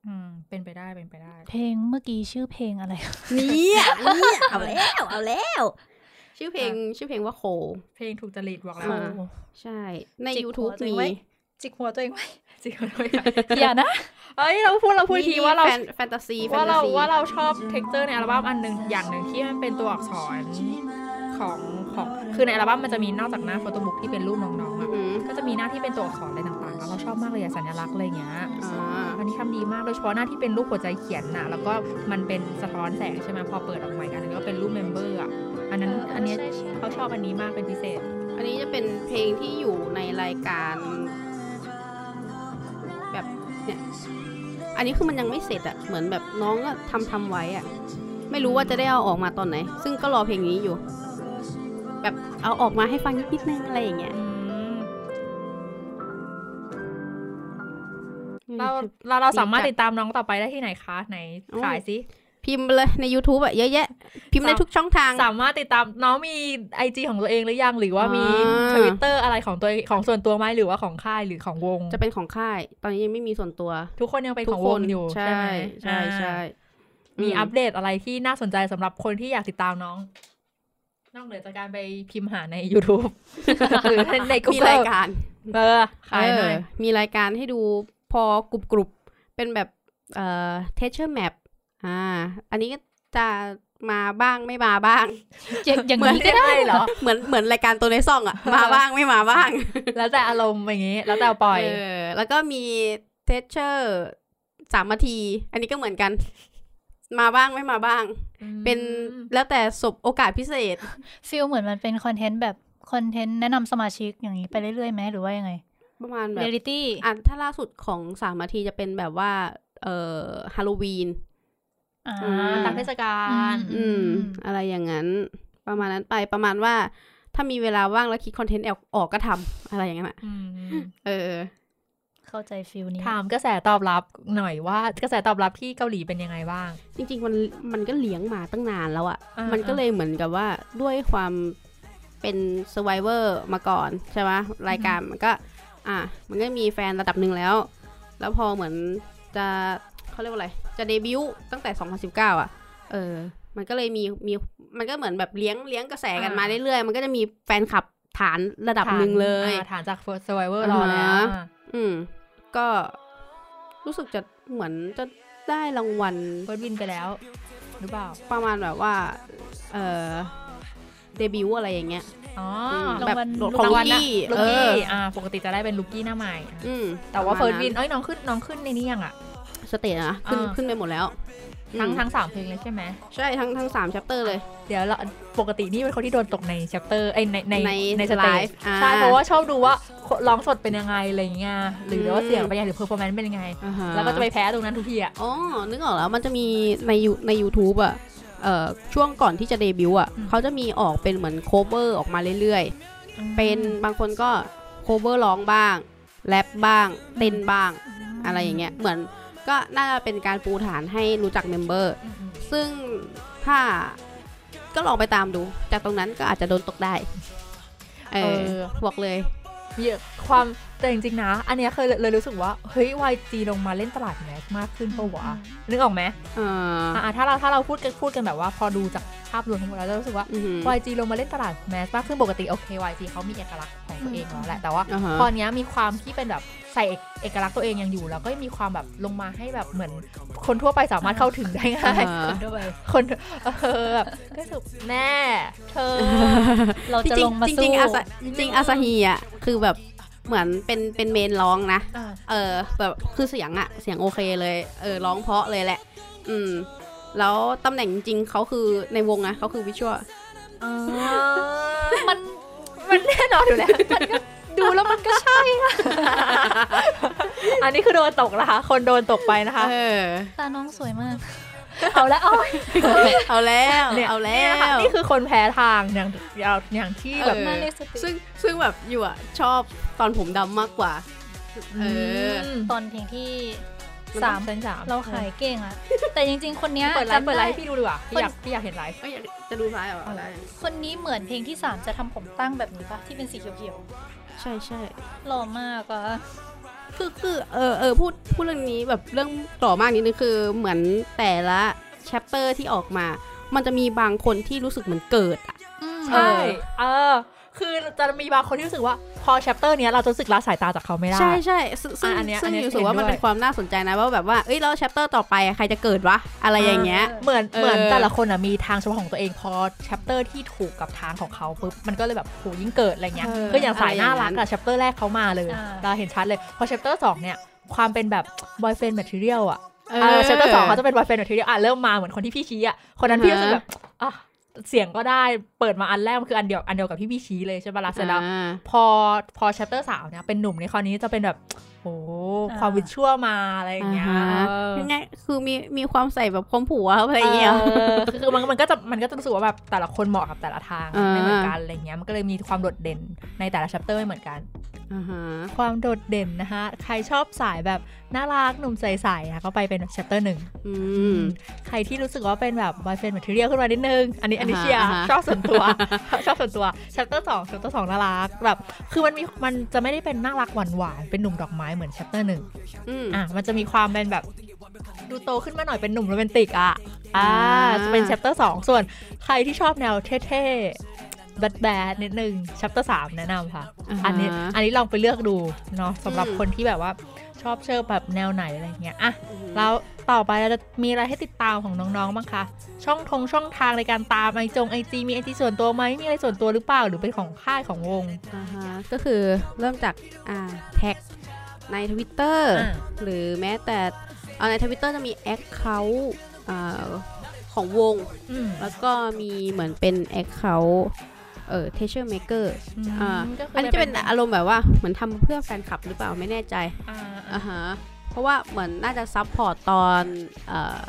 อืมเป็นไปได้เป็นไปได้ เพลงเมื่อกี้ชื่อเพลงอะไร เนี่ยเนี่ยเอาแล้วเอาแล้ว ชื่อเพลงชื่อเพลงว่าโค เพลงถูกจริตบอกแล้ อ่า ว ใช่ ใน จิกหัว YouTube ตัวเอ มี งไว้ จิกหัวตัวเองไว้ จริงด้วยค่ะ อย่านะ เอ้ยเราพูดเราพูดทีว่าเรา แฟนแฟนตาซีแฟ ว่าน ตา เรา ซี ว่าเราชอบเท็กเจอร์ในอัลบั้มอันหนึ่งอย่างหนึ่งที่มันเป็นตัวอักษรของของคือในอัลบั้มมันจะมีนอกจากหน้าโฟโต้บุ๊กที่เป็นรูปน้องๆอะ อืม ก็จะมีหน้าที่เป็นตัวอักษรอะไรต่างๆแล้วเราชอบมากเลยอะสัญลักษณ์อะไรอย่างเงี้ย อ่า อันนี้ทำดีมากโดยเฉพาะหน้าที่เป็นรูปหัวใจเขียนน่ะ แล้วก็มันเป็นสะท้อนแสงใช่ไหมพอเปิดออกมาอีกอันหนึงก็เป็นรูปเมมเบอร์อ่ะอันนั้น เออเออ อันเนี้ย ใช่ใช่ เขาชอบอันนี้มากเป็นพิเศษ อันนี้จะเป็นเพลงที่อยู่ในรายการ แบบเนี่ยอันนี้คือมันยังไม่เสร็จอะเหมือนแบบน้องก็ทำทำไว้อะไม่รู้ว่าจะได้เอาออกมาตอนไหน ซึ่งก็รอเพลงนี้อยู่ แบบเอาออกมาให้ฟังนิดนิดนึงอะไรอย่างเงี้ย เราเราเราสามารถติดตามน้องต่อไปได้ที่ไหนคะไหนขายสิ พิมพ์ไปเลยใน YouTube อะเยอะแยะ พิมพ์ใน สาม ทุกช่องทาง สามารถติดตามน้องมีไอจของตัวเองหรือยังหรือว่ามี อ่า ทวิตเตอร์อะไรของตัวเองของส่วนตัวไหมหรือว่าของค่ายหรือของวง จะเป็นของค่าย ตอนนี้ยังไม่มีส่วนตัว ทุกคนยังเป็น ทุ ข ก อง คว ง น อยู่ ใช่ ใช่ไหมอ่าใช่ใช่ มี ม อัปเดตอะไรที่น่าสนใจสำหรับคนที่อยากติดตามน้อง นอกเหนือจากการไปพิมพ์หาใน YouTube หรือในกู มี เกิ ราย ล การ เออขายหน่อย เออมีรายการให้ดูพอกรุบกรุบๆเป็นแบบเอ่อเทเชอร์แมปอ่า อันนี้ก็จะมาบ้างไม่มาบ้าง อย่างอย่างนี้ก็ได้เหรอ เหมือนเหมือนรายการตัวในซ่อง อะมาบ้างไม่มาบ้าง แล้วแต่อารมณ์อย่างงี้แล้วแต่ปล่อย เออแล้วก็มีเทเชอร์สามนาที อันนี้ก็เหมือนกัน มาบ้างไม่มาบ้าง เป็นแล้วแต่สบโอกาสพิเศษ ฟีลเหมือนมันเป็นคอนเทนต์แบบคอนเทนต์แนะนำสมาชิกอย่างนี้ไปเรื่อยๆไหมหรือว่ายังไง ประมาณแบบ เรียลิตี้ อ่ะถ้าล่าสุดของสามนาทีจะเป็นแบบว่า เอ่อฮาโลวีน อ่า อืม ตามเทศกาล อื อื ม ม อะไรอย่างนั้น ประมาณนั้นไปประมาณว่า ถ้ามีเวลาว่างแล้วคิดคอนเทนต์ออกก็ทำอะไรอย่างนั้นอะเออ เข้าใจฟีลนี้ ถามกระแสตอบรับหน่อยว่ากระแสตอบรับที่เกาหลีเป็นยังไงบ้าง จริงๆมันมันก็เลี้ยงมาตั้งนานแล้วอะ อ่า ่ะ มันก็เลยเหมือนกับว่าด้วยความเป็น survivor มาก่อนใช่ไหมรายการมันก็ อ่ะ มันก็มีแฟนระดับหนึ่งแล้ว แล้วพอเหมือนจะเขาเรียกว่าอะไร จะเดบิวต์ตั้งแต่ 2019 อ่ะ เออ มันก็เลยมีมีมันก็เหมือนแบบเลี้ยงเลี้ยงกระแสกันมา อ่า เรื่อยๆ มันก็จะมีแฟนคลับฐานระดับหนึ่งเลย อ่าฐานจาก First Survivor รอแล้ว อ่า อ่า อืม ก็รู้สึกจะเหมือนจะได้รางวัล เบิร์ดวินไปแล้ว หรือเปล่า ประมาณแบบว่า เออเดบิวต์อะไรอย่างเงี้ย อ๋อ ม ราง แบบ วัล ของ รางวัลนะ ที่ ลูก เอ กี้ อ อ่า ปกติจะได้เป็นลูกกี้หน้าใหม่ อืม แต่ว่า ป เฟิร์ ระ ส มณ วิน เอ้ย น้องขึ้น น้องขึ้นในนี่ยังอ่ะ สเตจนะขึ้น อ่า ขึ้นไปหมดแล้วอืม ทั้งทั้งสามเพลงเลยใช่ไหม ใช่ทั้งทั้งสามชัปเตอร์เลย เดี๋ยวเราปกตินี่เป็นคนที่โดนตกในแชปเตอร์ไอยในใน ใน ในสเตจ live อ่า ใช่เพราะว่าชอบดูว่าร้องสดเป็นยังไงอะไรอย่างเงี้ย หรือ อืม ว่าเสียงเป็นยังไงหรือเพอร์ฟอร์แมนซ์เป็นยังไง อ่าฮ แล้วก็จะไปแพ้ตรงนั้นทุกทีอ่ะ อ๋อนึกออกแล้วมันจะมีในยูใน YouTube อ่ะเอ่อช่วงก่อนที่จะเดบิวต์อ่ะ อืม เขาจะมีออกเป็นเหมือนโคเวอร์ออกมาเรื่อยๆ เป็นบางคนก็โคเวอร์ร้องบ้าง แรปบ้าง เต้นบ้าง อะไรอย่างเงี้ยเหมือนก็น่าจะเป็นการปูฐานให้รู้จักเมมเบอร์ ซึ่งถ้าก็ลองไปตามดู จากตรงนั้นก็อาจจะโดนตกได้ เอ เอ อ อ บอกเลย เยอะความแต่จริงๆนะ อันเนี้ยเคยเลยรู้สึกว่า เฮ้ย YG ลงมาเล่นตลาดแมสมากขึ้นปะวะ นึกออกไหม เออ อ่ะถ้าเราถ้าเราพูดกันพูดกันแบบว่าพอดูจากภาพรวมทั้งหมดแล้วจะรู้สึกว่า อือหือ YG ลงมาเล่นตลาดแมสมากขึ้นปกติโอเค YG เขามีเอกลักษณ์ของตัวเองแล้วแหละแต่ว่า อ่าฮะ ตอนเนี้ยมีความที่เป็นแบบใส่เอกเอกลักษณ์ตัวเองยังอยู่ แล้วก็มีความแบบลงมาให้แบบเหมือน คนทั่วไปสามารถเข้าถึงได้ง่าย อ่าคฮะนทั่วไปคนเออแบบก็รู้สึกแม่เธอ เราจะลงมา จริงๆจริ สู้ งๆอาซาจริงๆอาซาฮีอ่ะคือแบบเหมือนเป็นเป็นเมนร้องนะ อ่า เออแบบคือเสียงอ่ะเสียงโอเคเลย เออร้องเพราะเลยแหละ อืม แล้วตำแหน่งจริงๆเขาคือในวงนะเขาคือวิชวล อ๋อมันมันแน่นอนอยู่แล้วมันก็ดูแล้วมันก็ใช่อะอันนี้คือโดนตกนะคะ คนโดนตกไปนะคะ เออ ตาน้องสวยมาก เอาแล้วเอา เอาแล้ว เนี่ย เอาแล้ เนี่ยค่ะ ว นี่คือคนแพ้ทางอย่างอย่างอย่างที่แบบ เออ มาเลยสติ ซึ่งซึ่งแบบอยู่อ่ะชอบตอนผมดำมากกว่า เออ ตอนเพลงที่ มันต้อง สาม เป็นสาม เราขายเก่งอะ แต่จริง ๆ คนเนี้ย เปิดไลฟ์ จำ เปิดไลฟ์ได้ให้พี่ดูดีกว่าพี่ คน อยากพี่อยากเห็นไลฟ์ เอ้ยอยากจะดูซ้ายเหรออะไร คนนี้เหมือนเพลงที่สามจะทำผมตั้งแบบนี้ปะที่เป็นสีเขียว ใช่ใช่ ๆหล่อมากอะ คือคือเออเออพูดพูดเรื่องนี้แบบเรื่องต่อมากนิดนึงคือเหมือนแต่ละแชปเตอร์ที่ออกมา มันจะมีบางคนที่รู้สึกเหมือนเกิดอ่ะ อืม ใช่ เออ คือจะมีบางคนที่รู้สึกว่า พอแชปเตอร์เนี้ยเราจะรู้สึกละสายตาจากเขาไม่ได้ ใช่ใช่ซึ่งซึ่ง อ่ะอันเนี้ย ซึ่ง อันเนี้ย อยู่สึกว่า เห็นด้วย มันเป็นความน่าสนใจนะว่าแบบว่าเอ้ยแล้วแชปเตอร์ต่อไปอ่ะใครจะเกิดวะอะไรอย่างเงี้ย เออ เหมือน เออ เหมือนแต่ละคนอ่ะมีทางเฉพาะของตัวเองพอแชปเตอร์ที่ถูกกับทางของเขาปุ๊บมันก็เลยแบบโหยิ่งเกิดอะไรเงี้ยคืออย่างสายน่ารักอะแชปเตอร์แรกเขามาเลย อ่า เราเห็นชัดเลยพอแชปเตอร์สองเนี่ยความเป็นแบบบอยเฟนแมทเทียลอะ เอ เออ อ เชลเตอร์สองเขาจะเป็นบอยเฟนของทีเดียวอ่ะเริ่มมาเหมือนคนที่พี่ชี้อ่ะคนนั้นพี่รู้สึกแบบอ่ะเสียงก็ได้เปิดมาอันแรกมันคืออันเดียวอันเดียวกับที่พี่ชี้เลยใช่ปะล่ะเสร็จแล้วพอพอแชปเตอร์สามเนี่ยเป็นหนุ่มในคราวนี้จะเป็นแบบ โอ้ความวิชชั่วมาอะไรอย่างเงี้ย อ่าฮะ เออ เนี่ยคือมีมีความใส่แบบคมผัวอะไรอย่างเงี้ย เออคือคือมันมันก็จะมันก็จะรู้สึกว่าแบบแต่ละคนเหมาะกับแต่ละทาง อ่า ไม่เหมือนกันอะไรเงี้ยมันก็เลยมีความโดดเด่นในแต่ละชัปเตอร์ไม่เหมือนกัน อ่าฮะ ความโดดเด่นนะคะใครชอบสายแบบน่ารักหนุ่มใสๆนะก็ไปเป็นชัปเตอร์หนึ่ง อืม ใครที่รู้สึกว่าเป็นแบบบอยเฟนเหมือนทีเรียขึ้นมานิดนึง อันนี้อันนี้ อ่าฮะ เชียร์ อ่าฮะ ชอบส่วน ตัว ชอบส่วนตัวชัปเตอร์สองชัปเตอร์สองน่ารักแบบคือมันมีมันจะไม่ได้เป็นน่ารักหวานๆเป็นหนุ่มดอกไม้เหมือนชัปเตอร์หนึ่ง อืม อ่ะมันจะมีความเป็นแบบดูโตขึ้นมาหน่อยเป็นหนุ่มโรแมนติกอ่ะ อ่า อ่า จะเป็น chapter 2 ส่วนใครที่ชอบแนวเท่ๆแบดแบดๆนิดนึง chapter 3 แนะนำค่ะ อันนี้ ฮะ อันนี้ลองไปเลือกดูเนาะสำหรับ อืม คนที่แบบว่าชอบเชิญแบบแนวไหนอะไรเงี้ยอ่ะแล้วต่อไปเราจะมีอะไรให้ติดตามของน้องๆบ้างคะ ช่องทงช่องทางในการตามไอจงไอจีมีไอจีส่วนตัวไหมมีอะไรส่วนตัวหรือเปล่าหรือเป็นของค่ายของวง อ่าฮะก็คือเริ่มจากอ่าแท็กใน Twitter อ่า หรือแม้แต่เอาใน Twitter จะมี Account อ่าของวง อืม แล้วก็มีเหมือนเป็น Account เอ่อ t e a c h e r Maker อ่า ก็คื อันนี้จะเป็นอารมณ์แบบว่าเหมือนทำเพื่อแฟนคลับหรือเปล่าไม่แน่ใจ อ่า อ่าฮะ เพราะว่าเหมือนน่าจะซัพพอร์ตตอนเอ่อ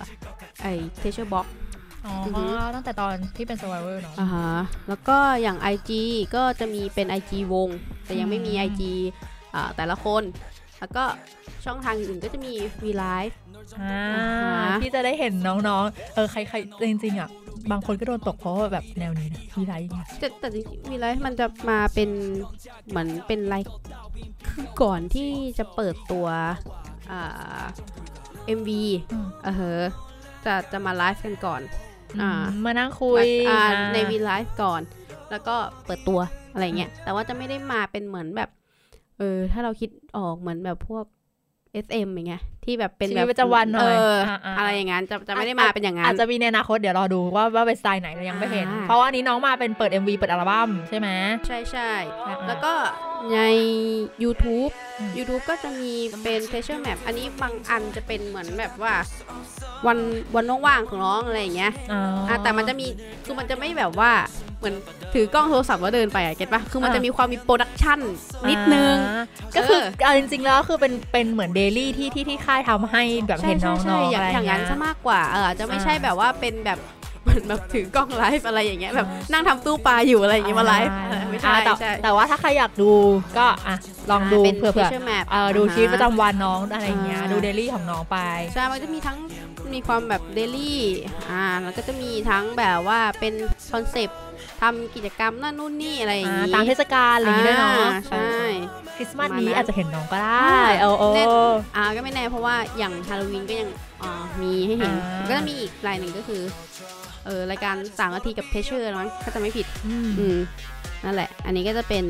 ไอ้ t e a c h e r Box อ๋อ อฮึ ตั้งแต่ตอนที่เป็น survivor เนาะ อ่าฮะแล้วก็อย่าง IG ก็จะมีเป็น IG วง แต่ยังไม่มี อืม IG อ่าแต่ละคน แล้วก็ช่องทางอื่นๆก็จะมี V Live อ่า อ่าฮะ ที่จะได้เห็นน้องๆ เออใครๆ จริงๆอ่ะ บางคนก็โดนตกเพราะว่าแบบแนวนี้นะมีไรอย่างเงี้ย แต่แต่จริงๆ V Live มันจะมาเป็นเหมือนเป็นไลฟ์คือก่อนที่จะเปิดตัวอ่า MV อืม อ่าเฮะจะจะมาไลฟ์กันก่อน อ่า มานั่งคุย อ่า อ่า ใน V Live ก่อน แล้วก็เปิดตัวอะไรเงี้ยแต่ว่าจะไม่ได้มาเป็นเหมือนแบบเออถ้าเราคิดออกเหมือนแบบพวก SM อย่างเงี้ยที่แบบเป็น ชี แบ วิต บ ประจำวันหน่อย เออ ๆ อะไรอย่างงั้นจะจะไม่ได้มาเป็นอย่างงั้ อาจ น จะมีในอนาคตเดี๋ยวรอดูว่าว่าเป็นสไตล์ไหนเรายังไม่เห็น อ่า เพราะว่าอันนี้น้องมาเป็นเปิด MV เปิดอัลบั้มใช่ไหม ใช่ใช่ อ่าๆ แล้วก็ใน YouTube อืม YouTube ก็จะมีเป็น Treasure Map อันนี้บางอันจะเป็นเหมือนแบบว่า วันวันว่างๆของน้องอะไรอย่างเงี้ย อ๋ออ อ่ะแต่มันจะมีคือมันจะไม่แบบว่าเหมือนถือกล้องโทรศัพท์แล้วเดินไปอ่ะเก็ตปะคือมัน อ่ะ จะมีความมีโปรดักชันนิดนึง อ่าก็คือ เออ เอาจริงๆแล้วคือเป็นเป็นเหมือนเดลี่ที่ที่ที่ค่ายทำให้แบบเห็นน้องๆ อ อะ ย่าง ไรอย่อา ย่าง ง นั้น เงี้ ซะ ย มากกว่าเออจะไม่ใช่แบบว่าเป็นแบบเหมือนแบบถือกล้องไลฟ์อะไรอย่างเงี้ยแบบ อ่า นั่งทำตู้ปลาอยู่อะไรอย่างเงี้ยมาไลฟ์เออไม่ใช่ อ่าแต่ ใช่ แต่ว่าถ้าใครอยากดูก็อ่ะลองดู าเป็น เผื่อเผื่อ Treasure Map เอ่อดู อ่าฮ ชีวิตประจำวันน้องอะไรอย่างเงี้ย อ่า ดูเดลี่ของน้องไป ใช่ มันจะมีทั้งมีความแบบเดลี่อ่าแล้วก็จะมีทั้งแบบว่าเป็นคอนเซปต์ทำกิจกรรมนั่นนู่นนี่อะไรอย่างงี้ ตามเทศกาลอะไรอย่างงี้ด้วยเนาะ อ่ใช่ คริสต์มาส ประมาณ นี้ นั้น อาจจะเห็นน้องก็ได้ อ่า โอ้โอ้ เนี่ย อ่าก็ไม่แน่เพราะว่าอย่างฮาโลวีนก็ยังอ่ามีให้เห็น อ่า ก็จะมีอีกรายหนึ่งก็คือเออรายการสามนาทีกับเทเชอร์มั้งถ้าจะไม่ผิด อืม อืมนั่นแหละ อันนี้ก็จะเป็น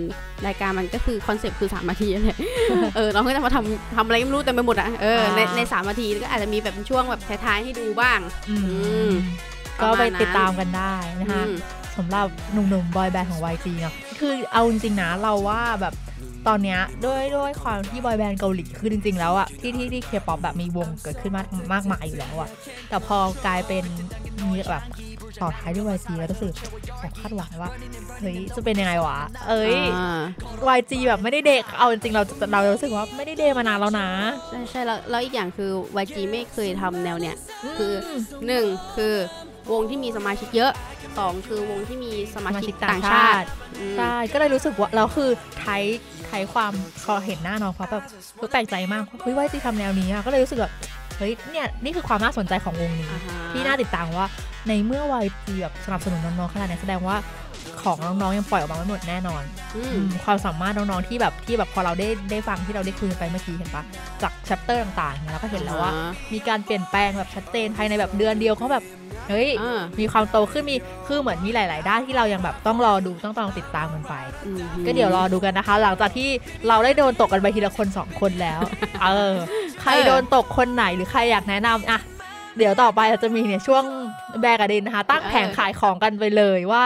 รายการมันก็คือคอนเซปต์คือ3นาทีนั่นแหละ เออน้องก็จะมาทำทำอะไรก็ไม่รู้เต็มไปหมดอ่ะเออในในสามนาทีก็อาจจะมีแบบเป็นช่วงแบบท้ายๆให้ดูบ้าง อื ม มก็ไปติดตามกันได้นะคะ อืม สำหรับหนุ่มๆบอยแบนด์ของ YG เนาะคือเอาจริงๆนะเราว่าแบบตอนเนี้ยด้วยด้วยความที่บอยแบนด์เกาหลีคือจริงๆแล้วอะที่ที่ที่เคป๊อปแบบมีวงเกิดขึ้นมากมากมายอยู่แล้วอะแต่พอกลายเป็นมีแบบต่อท้ายด้วย YG แล้วรู้สึกแบบคาดหวังว่าเฮ้ยจะเป็นยังไงวะเอ้ย อ่า YG แบบไม่ได้เด็ก เอาจริงๆเราเรารู้สึกว่าไม่ได้เดย์มานานแล้วนะ ใช่ใช่แล้วแล้วอีกอย่างคือ YG ไม่เคยทำแนวเนี้ย คือ ม หนึ่งคือวงที่มีสมาชิกเยอะสองคือวงที่มีสมาชิกต่างชาติอืม ใช่ก็เลยรู้สึกว่าเราคือไทยไทยความพอเห็นหน้าน้องเขาแบบรู้แปลกใจมากว่าเฮ้ยว่าจะทำแนวนี้อะก็เลยรู้สึกแบบเฮ้ยเนี่ยนี่คือความน่าสนใจของวงนี้ อ่าฮะ ที่น่าติดตามว่าในเมื่อวัยปีแบบสนับสนุนน้องๆขนาดนี้แสดงว่าของน้องๆยังปล่อยออกมาไม่หมดแน่นอน อืม อืมความสามารถน้องๆที่แบบที่แบบพอเราได้ได้ฟังที่เราได้คุยกันไปเมื่อกี้เห็นปะจากชัปเตอร์ต่างๆเนี่ยเราก็เห็นแล้วว่า อ่าฮะ มีการเปลี่ยนแปลงแบบชัดเจนภายในแบบเดือนเดียวเขาแบบเฮ้ย อ่า มีความโตขึ้นมีคือเหมือนมีหลาย ๆ ด้านที่เรายังแบบต้องรอดูต้องต้องติดตามกันไป อืม ก็เดี๋ยวรอดูกันนะคะ หลังจากที่เราได้โดนตกกันไปทีละคนสองคนแล้ว เออใครโดนตกคนไหนหรือใครอยากแนะนำอ่ะเดี๋ยวต่อไปเราจะมีเนี่ยช่วงแบกกระดินนะคะ ตั้งแผงขายของกันไปเลยว่า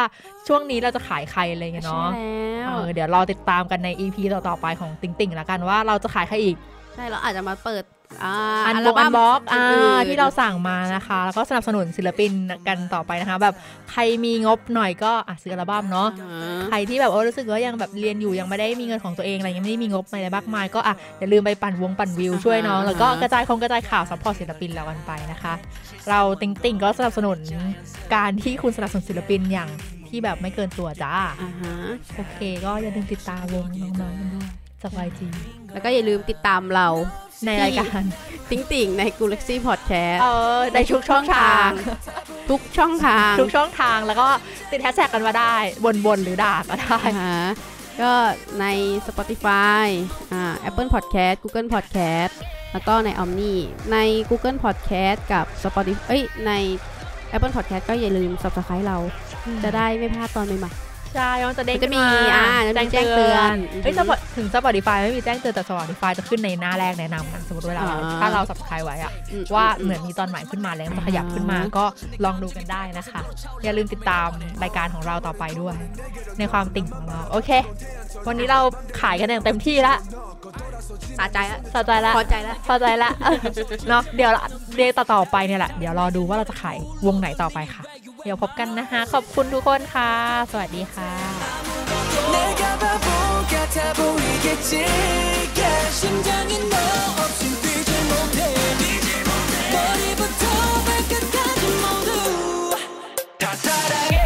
ช่วงนี้เราจะขายใครอะไรอย่างเงี้ย ใช่ เนาะ แล้ว เออเดี๋ยวรอติดตามกันใน EP ต่อ ๆ ไปของติ่งๆแล้วกันว่าเราจะขายใครอีก ใช่เราอาจจะมาเปิด อ่า อัน ล บล็อกอั บั้ม นบล็อก อ อ่า ื่น ที่เราสั่งมานะคะ แล้วก็สนับสนุนศิลปินกันต่อไปนะคะ แบบใครมีงบหน่อยก็อ่ะซื้ออัลบั้มเนาะ อ่า ใครที่แบบเออรู้สึกว่ายังแบบเรียนอยู่ยังไม่ได้มีเงินของตัวเองอะไรยังไม่ได้มีงบอะไรมากมายก็อ่ะอย่าลืมไปปั่นวงปั่นวิวช่วยน้อง อ่าฮะ แล้วก็กระจายคงกระจายข่าวซัพพอร์ตศิลปินเรากันไปนะคะ เราติงติงก็สนับสนุนการที่คุณสนับสนุนศิลปินอย่างที่แบบไม่เกินตัวจ้า อ่าฮะ โอเค ก็อย่าลืมติดตามวงน้องๆกันด้วยสบายจี แล้วก็อย่าลืมติดตามเรา ในรายการ ติ๊งติ่งใน Galaxy Podcast เออในทุกช่องทาง ทุกช่องทาง ทุกช่องทางแล้วก็ติดแฮชแท็กกันมาได้บนๆหรือด่าก็ได้ อ่าฮะก็ใน Spotify อ่า Apple Podcast Google Podcast แล้วก็ใน Omni ใน Google Podcast กับ Spotify เอ้ย ใน Apple Podcast ก็อย่าลืม Subscribe เรา จะได้ไม่พลาดตอนใหม่ ใช่มันจะเด้ง มันจะมี ขึ้น อ่าจะมีแจ้งเตือน เฮ้ย อือฮึ Spot- ถึง Spotify ไม่มีแจ้งเตือนแต่ Spotify จะขึ้นในหน้าแรกแนะนำนะสมมติเวลา อ่า ถ้าเราสับสครไว้อะ ๆอื ว่าเหมือนมีตอนใหม่ขึ้นมาแล้วมันจะขยับขึ้นมา อ่า ก็ลองดูกันได้นะคะ อย่าลืมติดตามรายการของเราต่อไปด้วย ในความติ่งของเรา โอเค วันนี้เราขายกันอย่างเต็มที่ละ สะใจแล้ว สนใจละ พอใจแล้ว พอใจละ เนาะเดี๋ยวละเดย์ต่อๆไปเนี่ยแหละ เดี๋ยวรอดูว่าเราจะขายวงไหนต่อไปค่ะ เดี๋ยวพบกันนะคะ ขอบคุณทุกคนค่ะ สวัสดีค่ะ 내가 바보 같아 보이겠지 y 심장이 너 없인 뛰지 못해 머리부터 발끝까지 모두 다 사랑해